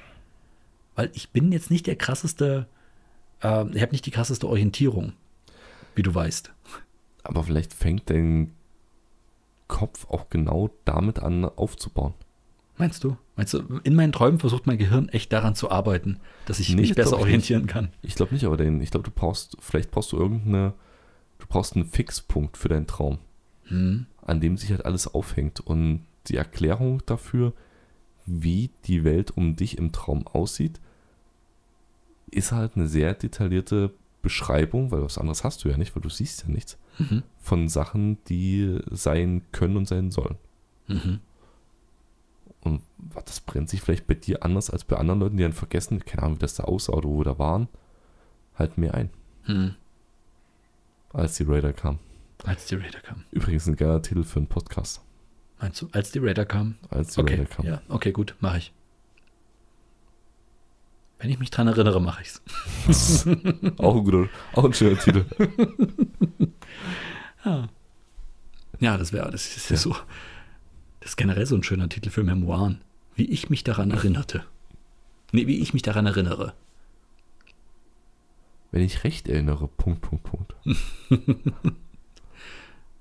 Speaker 1: Weil ich bin jetzt nicht der krasseste, ähm, ich habe nicht die krasseste Orientierung, wie du weißt.
Speaker 3: Aber vielleicht fängt dein Kopf auch genau damit an aufzubauen.
Speaker 1: Meinst du? Meinst du, in meinen Träumen versucht mein Gehirn echt daran zu arbeiten, dass ich
Speaker 3: Nee,
Speaker 1: mich
Speaker 3: das
Speaker 1: besser
Speaker 3: glaub ich
Speaker 1: orientieren kann?
Speaker 3: Ich glaube nicht, aber den, ich glaube, du brauchst, vielleicht brauchst du irgendeine, du brauchst einen Fixpunkt für deinen Traum,
Speaker 1: Hm.
Speaker 3: an dem sich halt alles aufhängt. Und die Erklärung dafür, wie die Welt um dich im Traum aussieht, ist halt eine sehr detaillierte Beschreibung, weil was anderes hast du ja nicht, weil du siehst ja nichts,
Speaker 1: Mhm.
Speaker 3: von Sachen, die sein können und sein sollen.
Speaker 1: Mhm.
Speaker 3: Und was, das brennt sich vielleicht bei dir anders als bei anderen Leuten, die dann vergessen, keine Ahnung, wie das da aussah oder wo wir da waren, halt mehr ein,
Speaker 1: Hm.
Speaker 3: als die Raider kamen.
Speaker 1: Als die Raider kamen.
Speaker 3: Übrigens ein geiler Titel für einen Podcast.
Speaker 1: Meinst du, als die Raider kamen?
Speaker 3: Als die
Speaker 1: Okay,
Speaker 3: Raider kamen.
Speaker 1: ja, okay, gut, mache ich. Wenn ich mich dran erinnere, mache ich's.
Speaker 3: Auch, ein guter, auch ein schöner Titel.
Speaker 1: Ja, das wäre, das ist ja so, das ist generell so ein schöner Titel für Memoiren. Wie ich mich daran erinnerte. Nee, wie ich mich daran erinnere.
Speaker 3: Wenn ich recht erinnere, Punkt, Punkt, Punkt.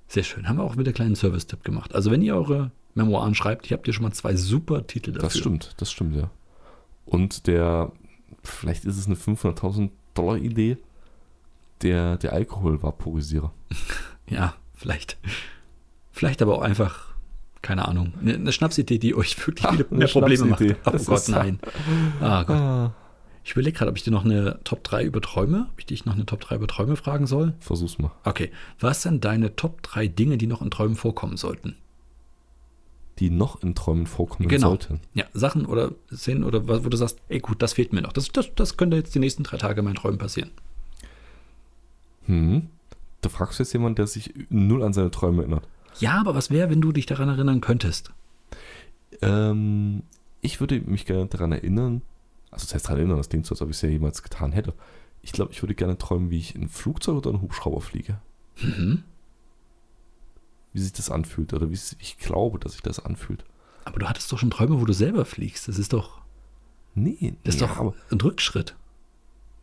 Speaker 1: Sehr schön. Haben wir auch wieder einen kleinen Service-Tipp gemacht. Also, wenn ihr eure Memoiren schreibt, ihr habt hier schon mal zwei super Titel dafür.
Speaker 3: Das stimmt, das stimmt, ja. Und der, vielleicht ist es eine 500.000 Dollar Idee, der, der Alkohol Vaporisierer.
Speaker 1: Ja, vielleicht. Vielleicht aber auch einfach, keine Ahnung, eine, eine Schnapsidee, die euch wirklich
Speaker 3: Ah,
Speaker 1: viele
Speaker 3: eine
Speaker 1: mehr Probleme macht.
Speaker 3: Schnapsidee.
Speaker 1: Oh
Speaker 3: Das
Speaker 1: Gott,
Speaker 3: ist ja-
Speaker 1: nein. Ah, Gott.
Speaker 3: Ah.
Speaker 1: Ich überlege gerade, ob ich dir noch eine Top 3 über Träume, ob ich dich noch eine Top 3 über Träume fragen soll.
Speaker 3: Versuch's mal.
Speaker 1: Okay, was sind deine Top 3 Dinge, die noch in Träumen vorkommen sollten?
Speaker 3: Die noch in Träumen vorkommen
Speaker 1: Genau.
Speaker 3: sollten.
Speaker 1: Ja, Sachen oder Szenen oder was, wo du sagst, ey gut, das fehlt mir noch. Das, das, das könnte jetzt die nächsten drei Tage in meinen Träumen passieren.
Speaker 3: Hm. Da fragst du jetzt jemanden, der sich null an seine Träume erinnert.
Speaker 1: Ja, aber was wäre, wenn du dich daran erinnern könntest?
Speaker 3: Ähm, ich würde mich gerne daran erinnern, also das heißt daran erinnern, das klingt so, als ob ich es ja jemals getan hätte. Ich glaube, ich würde gerne träumen, wie ich in ein Flugzeug oder einen Hubschrauber fliege.
Speaker 1: Mhm.
Speaker 3: Wie sich das anfühlt oder wie es- wie ich glaube, dass sich das anfühlt.
Speaker 1: Aber du hattest doch schon Träume, wo du selber fliegst. Das ist doch,
Speaker 3: Nee,
Speaker 1: das ist
Speaker 3: ja,
Speaker 1: doch
Speaker 3: aber
Speaker 1: ein Rückschritt.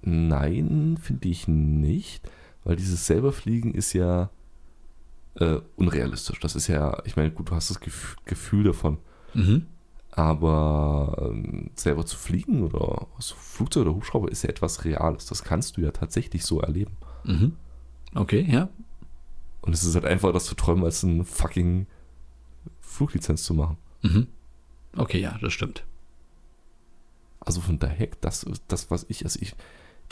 Speaker 3: nein, finde ich nicht, weil dieses selber Fliegen ist ja äh, unrealistisch. Das ist ja, ich meine, gut, du hast das Gef Gefühl davon,
Speaker 1: Mhm.
Speaker 3: aber ähm, selber zu fliegen oder aus Flugzeug oder Hubschrauber ist ja etwas Reales. Das kannst du ja tatsächlich so erleben.
Speaker 1: Mhm. Okay, ja.
Speaker 3: Und es ist halt einfacher, das zu träumen, als eine fucking Fluglizenz zu machen.
Speaker 1: Mhm. Okay, ja, das stimmt.
Speaker 3: Also von daher, das, das was ich, also ich,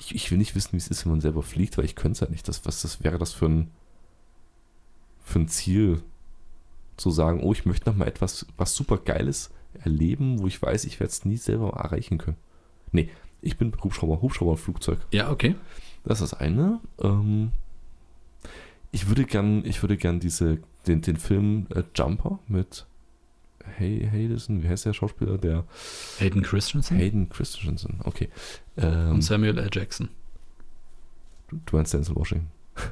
Speaker 3: ich, ich will nicht wissen, wie es ist, wenn man selber fliegt, weil ich könnte es halt nicht. Das, was das wäre das für ein, für ein Ziel, zu sagen, oh, ich möchte nochmal etwas, was super Geiles erleben, wo ich weiß, ich werde es nie selber erreichen können. Nee, ich bin Hubschrauber, Hubschrauber und Flugzeug.
Speaker 1: Ja, okay.
Speaker 3: Das ist das eine. Ähm, ich würde gern, ich würde gern diese, den, den Film äh, Jumper mit Hey Hayden, wie heißt der Schauspieler? Der
Speaker 1: Hayden Christensen
Speaker 3: Hayden Christensen. Okay. Ähm,
Speaker 1: Hm. und Samuel L. Jackson.
Speaker 3: du, du meinst Denzel Washington?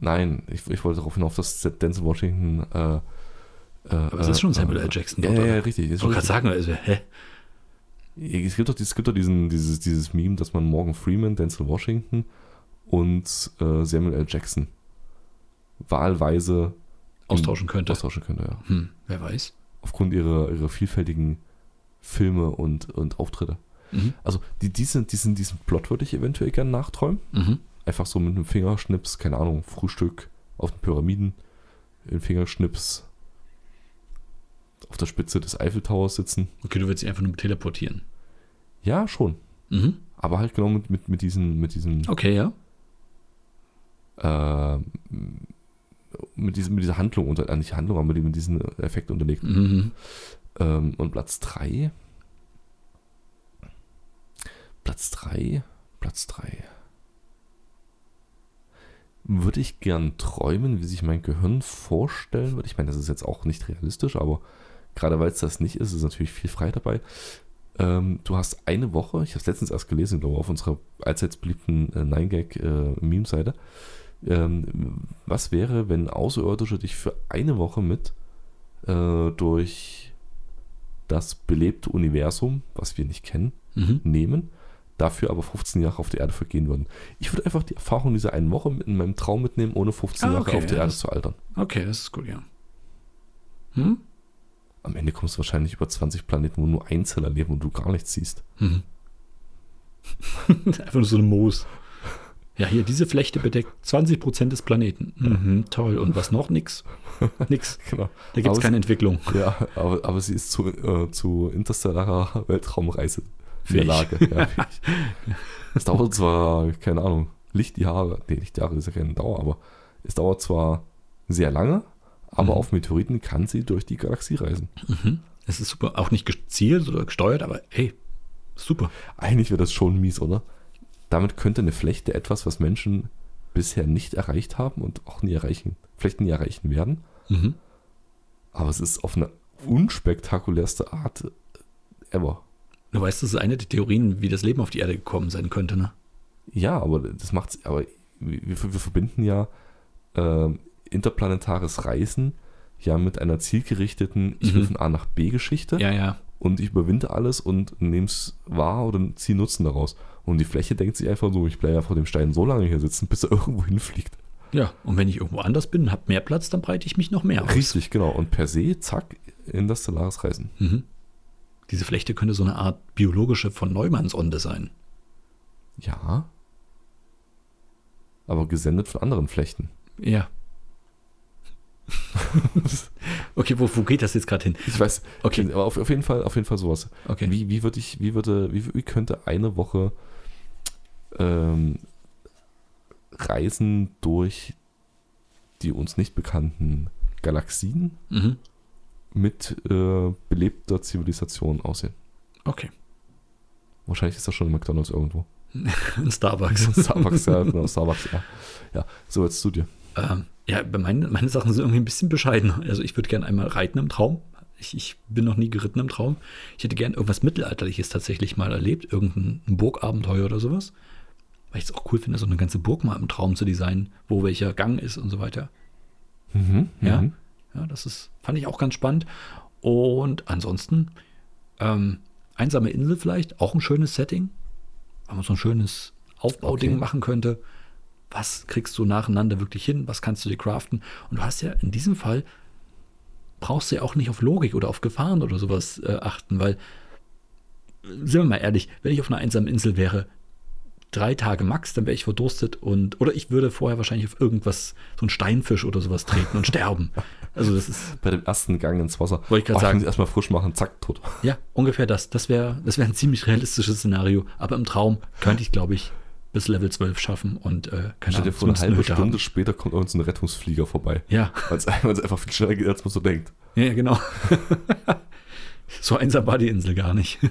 Speaker 3: Nein, ich, ich wollte darauf hinauf, dass Denzel Washington. Äh, äh,
Speaker 1: Aber es ist schon Samuel L. Jackson
Speaker 3: Ah, Ja,
Speaker 1: dort,
Speaker 3: ja, ja,
Speaker 1: oder?
Speaker 3: richtig.
Speaker 1: Ich
Speaker 3: Ist schon
Speaker 1: wollte gerade
Speaker 3: richtig.
Speaker 1: sagen, also, hä?
Speaker 3: Es gibt doch, dieses- es gibt doch diesen, dieses, dieses Meme, dass man Morgan Freeman, Denzel Washington und äh, Samuel L. Jackson wahlweise
Speaker 1: Austauschen könnte.
Speaker 3: Austauschen könnte, ja.
Speaker 1: Mhm. Hm, wer weiß.
Speaker 3: Aufgrund ihrer, ihrer vielfältigen Filme und, und Auftritte.
Speaker 1: Mhm.
Speaker 3: Also die, diesen, diesen, diesen Plot würde ich eventuell gerne nachträumen.
Speaker 1: Mhm.
Speaker 3: Einfach so mit einem Fingerschnips, keine Ahnung, Frühstück auf den Pyramiden, im Fingerschnips auf der Spitze des Eiffeltowers sitzen.
Speaker 1: Okay, du willst dich einfach nur teleportieren.
Speaker 3: Ja, schon.
Speaker 1: Mhm.
Speaker 3: Aber halt genau mit, mit, mit diesen, mit diesen
Speaker 1: Okay, ja.
Speaker 3: äh, mit, diesem, mit dieser Handlung, unter, äh, nicht Handlung, aber mit, dem- mit diesem Effekt unterlegt.
Speaker 1: Mhm.
Speaker 3: Ähm, und Platz 3. Platz 3. Platz 3. Würde ich gern träumen, wie sich mein Gehirn vorstellen würde. Ich meine, das ist jetzt auch nicht realistisch, aber gerade weil es das nicht ist, ist natürlich viel frei dabei. Ähm, du hast eine Woche, ich habe es letztens erst gelesen, glaube ich, auf unserer allseits beliebten äh, 9gag-Meme-Seite. ähm, was wäre, wenn Außerirdische dich für eine Woche mit äh, durch das belebte Universum, was wir nicht kennen,
Speaker 1: Mhm.
Speaker 3: nehmen, dafür aber 15 Jahre auf der Erde vergehen würden. Ich würde einfach die Erfahrung dieser einen Woche mit in meinem Traum mitnehmen, ohne 15
Speaker 1: Ah,
Speaker 3: Jahre
Speaker 1: okay,
Speaker 3: auf der
Speaker 1: ja,
Speaker 3: Erde
Speaker 1: das-
Speaker 3: zu altern.
Speaker 1: Okay, das ist gut, ja. Hm?
Speaker 3: Am Ende kommst du wahrscheinlich über 20 Planeten, wo nur Einzeller leben und du gar nichts siehst.
Speaker 1: Mhm. Einfach nur so ein Moos. Ja, hier, diese Flechte bedeckt 20% des Planeten. Mhm, toll. Und was noch? Nix. Nix.
Speaker 3: Genau.
Speaker 1: Da gibt es
Speaker 3: Aber
Speaker 1: keine Entwicklung.
Speaker 3: sie- Ja, aber, aber sie ist zu, äh, zu interstellarer Weltraumreise in der
Speaker 1: Fähig.
Speaker 3: Lage. Ja, fähig. es dauert zwar, keine Ahnung, Lichtjahre, nee, Lichtjahre ist ja keine Dauer, aber es dauert zwar sehr lange, aber
Speaker 1: Mhm.
Speaker 3: auf Meteoriten kann sie durch die Galaxie reisen.
Speaker 1: Es ist super. Auch nicht gezielt oder gesteuert, aber hey, super.
Speaker 3: Eigentlich wäre das schon mies, oder? Damit könnte eine Flechte etwas, was Menschen bisher nicht erreicht haben und auch nie erreichen, vielleicht nie erreichen werden,
Speaker 1: Mhm.
Speaker 3: aber es ist auf eine unspektakulärste Art äh, ever.
Speaker 1: Du weißt, das ist eine der Theorien, wie das Leben auf die Erde gekommen sein könnte, ne?
Speaker 3: Ja, aber das macht's, aber wir, wir verbinden ja ähm, interplanetares Reisen ja mit einer zielgerichteten, ich will
Speaker 1: Mhm.
Speaker 3: von A nach B Geschichte
Speaker 1: Ja, ja.
Speaker 3: und ich überwinde alles und nehme es wahr oder ziehe Nutzen daraus. Und die Fläche denkt sich einfach so, ich bleibe ja vor dem Stein so lange hier sitzen, bis er irgendwo hinfliegt.
Speaker 1: Ja. Und wenn ich irgendwo anders bin und habe mehr Platz, dann breite ich mich noch mehr aus.
Speaker 3: Richtig, genau. Und per se, zack, in das Stellares Reisen.
Speaker 1: Mhm. Diese Flechte könnte so eine Art biologische von Neumannsonde sein.
Speaker 3: Ja. Aber gesendet von anderen Flechten.
Speaker 1: Ja. okay, wo, wo geht das jetzt gerade hin?
Speaker 3: Ich weiß,
Speaker 1: Okay.
Speaker 3: aber auf, auf jeden Fall, auf jeden Fall sowas.
Speaker 1: Okay.
Speaker 3: Wie, wie würde ich, wie würde, wie, wie könnte eine Woche ähm, Reisen durch die uns nicht bekannten Galaxien
Speaker 1: Mhm.
Speaker 3: mit äh, belebter Zivilisation aussehen?
Speaker 1: Okay.
Speaker 3: Wahrscheinlich ist das schon in McDonalds irgendwo.
Speaker 1: In Starbucks.
Speaker 3: Starbucks, ja, genau, Starbucks, ja. Ja, so jetzt zu dir.
Speaker 1: Ähm, ja, bei meine, meine Sachen sind irgendwie ein bisschen bescheidener. Also ich würde gerne einmal reiten im Traum. Ich, ich bin noch nie geritten im Traum. Ich hätte gern irgendwas Mittelalterliches tatsächlich mal erlebt, irgendein Burgabenteuer oder sowas. Weil ich es auch cool finde, so eine ganze Burg mal im Traum zu designen, wo welcher Gang ist und so weiter.
Speaker 3: Mhm,
Speaker 1: Ja,
Speaker 3: mhm.
Speaker 1: ja das ist, fand ich auch ganz spannend. Und ansonsten, ähm, einsame Insel vielleicht, auch ein schönes Setting, wenn man so ein schönes Aufbauding
Speaker 3: Okay.
Speaker 1: machen könnte. Was kriegst du nacheinander wirklich hin? Was kannst du dir craften? Und du hast ja in diesem Fall, brauchst du ja auch nicht auf Logik oder auf Gefahren oder sowas äh, achten, weil, äh, sind wir mal ehrlich, wenn ich auf einer einsamen Insel wäre, drei Tage max, dann wäre ich verdurstet und oder ich würde vorher wahrscheinlich auf irgendwas, so einen Steinfisch oder sowas treten und sterben. Also das ist,
Speaker 3: Bei dem ersten Gang ins Wasser.
Speaker 1: Wollte ich gerade
Speaker 3: Oh,
Speaker 1: sagen.
Speaker 3: muss erstmal frisch machen, zack, tot.
Speaker 1: ja, ungefähr das. Das wäre das wär ein ziemlich realistisches Szenario. Aber im Traum könnte ich, glaube ich, bis Level 12 schaffen und äh, keine
Speaker 3: Stell
Speaker 1: Ahnung,
Speaker 3: dir vor, eine
Speaker 1: zumindest
Speaker 3: halbe
Speaker 1: Hütte
Speaker 3: Stunde später kommt irgend so ein Rettungsflieger vorbei.
Speaker 1: Ja,
Speaker 3: Weil es einfach viel schneller geht, als man so denkt.
Speaker 1: ja, ja, genau. so einsam war die Insel gar nicht.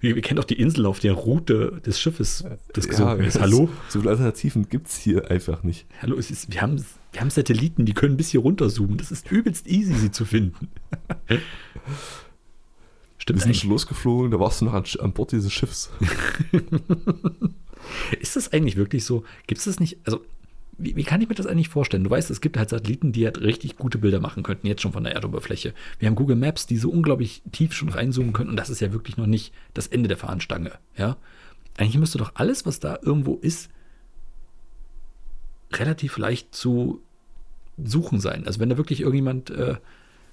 Speaker 1: Wir, wir kennen doch die Insel auf der Route des Schiffes. Das gesunken ist.
Speaker 3: es-
Speaker 1: Hallo?
Speaker 3: So viele Alternativen gibt es hier einfach nicht.
Speaker 1: Hallo, es ist, wir, haben, wir haben Satelliten, die können bis hier runterzoomen. Das ist übelst easy, sie zu finden.
Speaker 3: Wir
Speaker 1: Stimmt
Speaker 3: sind
Speaker 1: eigentlich.
Speaker 3: schon losgeflogen, da warst du noch an, an Bord dieses Schiffs.
Speaker 1: Ist das eigentlich wirklich so? Gibt es das nicht? Also, wie, wie kann ich mir das eigentlich vorstellen? Du weißt, es gibt halt Satelliten, die halt richtig gute Bilder machen könnten, jetzt schon von der Erdoberfläche. Wir haben Google Maps, die so unglaublich tief schon reinzoomen können und das ist ja wirklich noch nicht das Ende der Fahnenstange. Ja? Eigentlich müsste doch alles, was da irgendwo ist, relativ leicht zu suchen sein. Also, wenn da wirklich irgendjemand. Äh,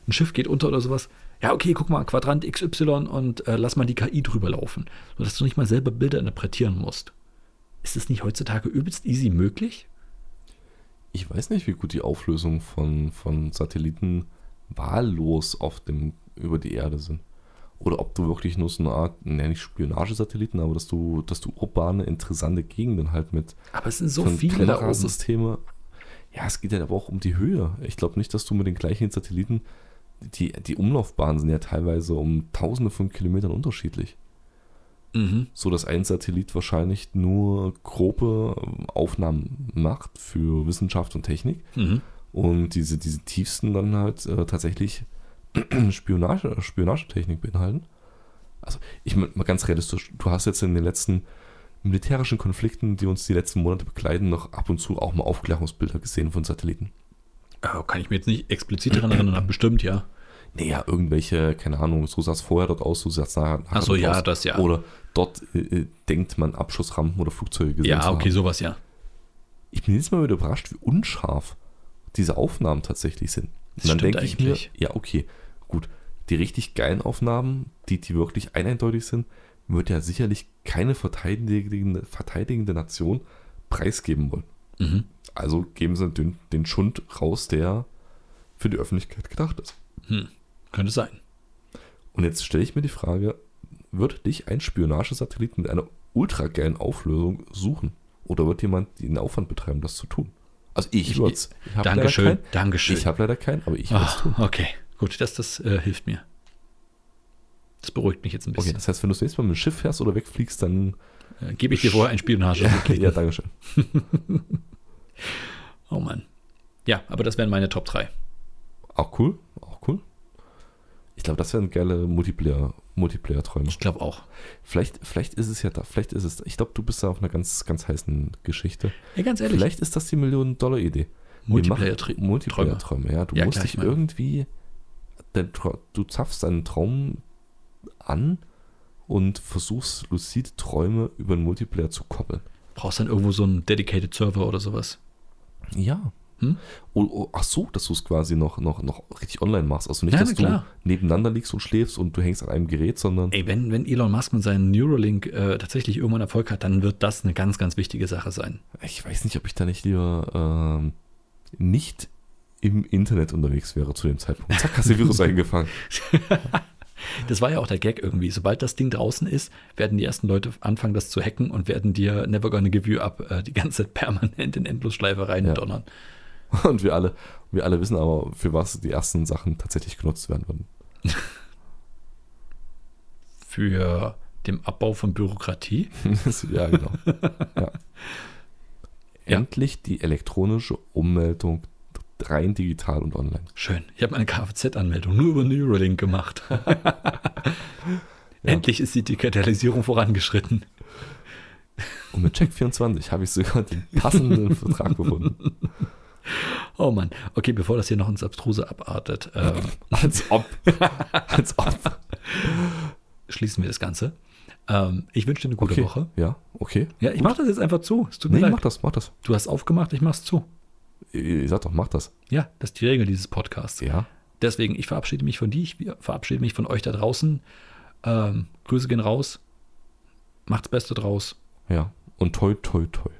Speaker 1: ein Schiff geht unter oder sowas. Ja, okay, guck mal, Quadrant XY und äh, lass mal die KI drüber laufen, sodass du nicht mal selber Bilder interpretieren musst. Ist es nicht heutzutage übelst easy möglich?
Speaker 3: Ich weiß nicht, wie gut die Auflösung von, von Satelliten wahllos auf dem, über die Erde sind. Oder ob du wirklich nur so eine Art, ne, nicht Spionagesatelliten, aber dass du, dass du urbane, interessante Gegenden halt mit
Speaker 1: Aber es sind so
Speaker 3: von
Speaker 1: viele da oben.
Speaker 3: Kamerasysteme. Ja, es geht ja aber auch um die Höhe. Ich glaube nicht, dass du mit den gleichen Satelliten, die, die Umlaufbahnen sind ja teilweise um tausende von Kilometern unterschiedlich.
Speaker 1: Mhm.
Speaker 3: so dass ein Satellit wahrscheinlich nur grobe ähm, Aufnahmen macht für Wissenschaft und Technik
Speaker 1: Mhm.
Speaker 3: und diese, diese tiefsten dann halt äh, tatsächlich Spionage, Spionagetechnik beinhalten. Also ich meine mal ganz realistisch, du hast jetzt in den letzten militärischen Konflikten, die uns die letzten Monate begleiten, noch ab und zu auch mal Aufklärungsbilder gesehen von Satelliten.
Speaker 1: Äh, kann ich mir jetzt nicht explizit daran erinnern, aber bestimmt ja.
Speaker 3: Naja, irgendwelche, keine Ahnung, so sah es vorher dort aus, so sah es nachher, nachher
Speaker 1: Ach so,
Speaker 3: dort
Speaker 1: ja,
Speaker 3: aus.
Speaker 1: das ja.
Speaker 3: Oder dort äh, äh, denkt man Abschussrampen oder Flugzeuge gesehen zu
Speaker 1: Ja,
Speaker 3: haben.
Speaker 1: okay, sowas ja.
Speaker 3: Ich bin jetzt mal wieder überrascht, wie unscharf diese Aufnahmen tatsächlich sind.
Speaker 1: Das
Speaker 3: dann
Speaker 1: stimmt
Speaker 3: denke ich mir,
Speaker 1: eigentlich.
Speaker 3: ja, okay, gut. Die richtig geilen Aufnahmen, die, die wirklich eindeutig sind, wird ja sicherlich keine verteidigende, verteidigende Nation preisgeben wollen.
Speaker 1: Mhm.
Speaker 3: Also geben sie den, den Schund raus, der für die Öffentlichkeit gedacht ist.
Speaker 1: Hm. Könnte sein.
Speaker 3: Und jetzt stelle ich mir die Frage, wird dich ein Spionagesatellit mit einer ultrageilen Auflösung suchen? Oder wird jemand den Aufwand betreiben, das zu tun? Also ich
Speaker 1: Ich-
Speaker 3: würde es.
Speaker 1: Dankeschön.
Speaker 3: Kein,
Speaker 1: Dankeschön.
Speaker 3: ich habe leider keinen, aber ich würde es
Speaker 1: Ah,
Speaker 3: tun.
Speaker 1: okay, gut, das, das äh, hilft mir. Das beruhigt mich jetzt ein
Speaker 3: Okay,
Speaker 1: bisschen.
Speaker 3: das heißt, wenn du das nächste Mal mit dem Schiff fährst oder wegfliegst, dann.
Speaker 1: Äh, Gebe ich dir vorher ein Spionage.
Speaker 3: ja, Dankeschön.
Speaker 1: Oh Mann. Ja, aber das wären meine Top 3.
Speaker 3: Auch cool, auch cool. Ich glaube, das wären geile Multiplayer- Multiplayer-Träume.
Speaker 1: Ich glaube auch.
Speaker 3: vielleicht, vielleicht ist es ja da, vielleicht ist es. Ich glaube, du bist da auf einer ganz, ganz heißen Geschichte.
Speaker 1: Ja, ganz ehrlich.
Speaker 3: Vielleicht ist das die Millionen-Dollar-Idee. Wir machen
Speaker 1: Multiplayer-Tri- Träume.
Speaker 3: Multiplayer-Träume, ja. Du
Speaker 1: Ja,
Speaker 3: musst
Speaker 1: klar,
Speaker 3: dich
Speaker 1: ich meine-
Speaker 3: irgendwie, dein Tra- du zapfst deinen Traum an und versuchst, lucide Träume über einen Multiplayer zu koppeln.
Speaker 1: Brauchst dann irgendwo so einen dedicated Server oder sowas.
Speaker 3: Ja.
Speaker 1: Hm?
Speaker 3: Oh, oh, ach so, dass du es quasi noch, noch, noch richtig online machst. Also nicht,
Speaker 1: Ja,
Speaker 3: dass
Speaker 1: na
Speaker 3: du
Speaker 1: klar.
Speaker 3: nebeneinander liegst und schläfst und du hängst an einem Gerät, sondern
Speaker 1: Ey, wenn, wenn Elon Musk mit seinem Neuralink äh, tatsächlich irgendwann Erfolg hat, dann wird das eine ganz, ganz wichtige Sache sein.
Speaker 3: ich weiß nicht, ob ich da nicht lieber ähm, nicht im Internet unterwegs wäre zu dem Zeitpunkt. Zack, hast du Virus eingefangen.
Speaker 1: Das war ja auch der Gag irgendwie. Sobald das Ding draußen ist, werden die ersten Leute anfangen, das zu hacken und werden dir Never Gonna Give You Up äh, die ganze Zeit permanent in Endlosschleife reindonnern.
Speaker 3: Und wir alle, wir alle wissen aber, für was die ersten Sachen tatsächlich genutzt werden würden.
Speaker 1: Für den Abbau von Bürokratie.
Speaker 3: ja, genau. Ja.
Speaker 1: Ja.
Speaker 3: Endlich die elektronische Ummeldung rein digital und online.
Speaker 1: Schön. Ich habe meine Kfz-Anmeldung nur über Neuralink gemacht. Endlich ist die Digitalisierung vorangeschritten.
Speaker 3: Und mit Check24 habe ich sogar den passenden Vertrag gefunden.
Speaker 1: Oh Mann. Okay, bevor das hier noch ins Abstruse abartet, ähm,
Speaker 3: Als ob. Als ob.
Speaker 1: schließen wir das Ganze. Ähm, ich wünsche dir eine gute
Speaker 3: Okay.
Speaker 1: Woche.
Speaker 3: Ja, okay.
Speaker 1: Ja, ich mache das jetzt einfach zu. Es tut
Speaker 3: Nee,
Speaker 1: mir
Speaker 3: mach
Speaker 1: leid.
Speaker 3: das, mach das.
Speaker 1: Du hast aufgemacht, ich mach's zu.
Speaker 3: Ich sag doch, mach das.
Speaker 1: Ja, das ist die Regel dieses Podcasts.
Speaker 3: Ja.
Speaker 1: Deswegen, ich verabschiede mich von dir, ich verabschiede mich von euch da draußen. Ähm, Grüße gehen raus. Macht's Beste draus.
Speaker 3: Ja. Und toi, toi, toi.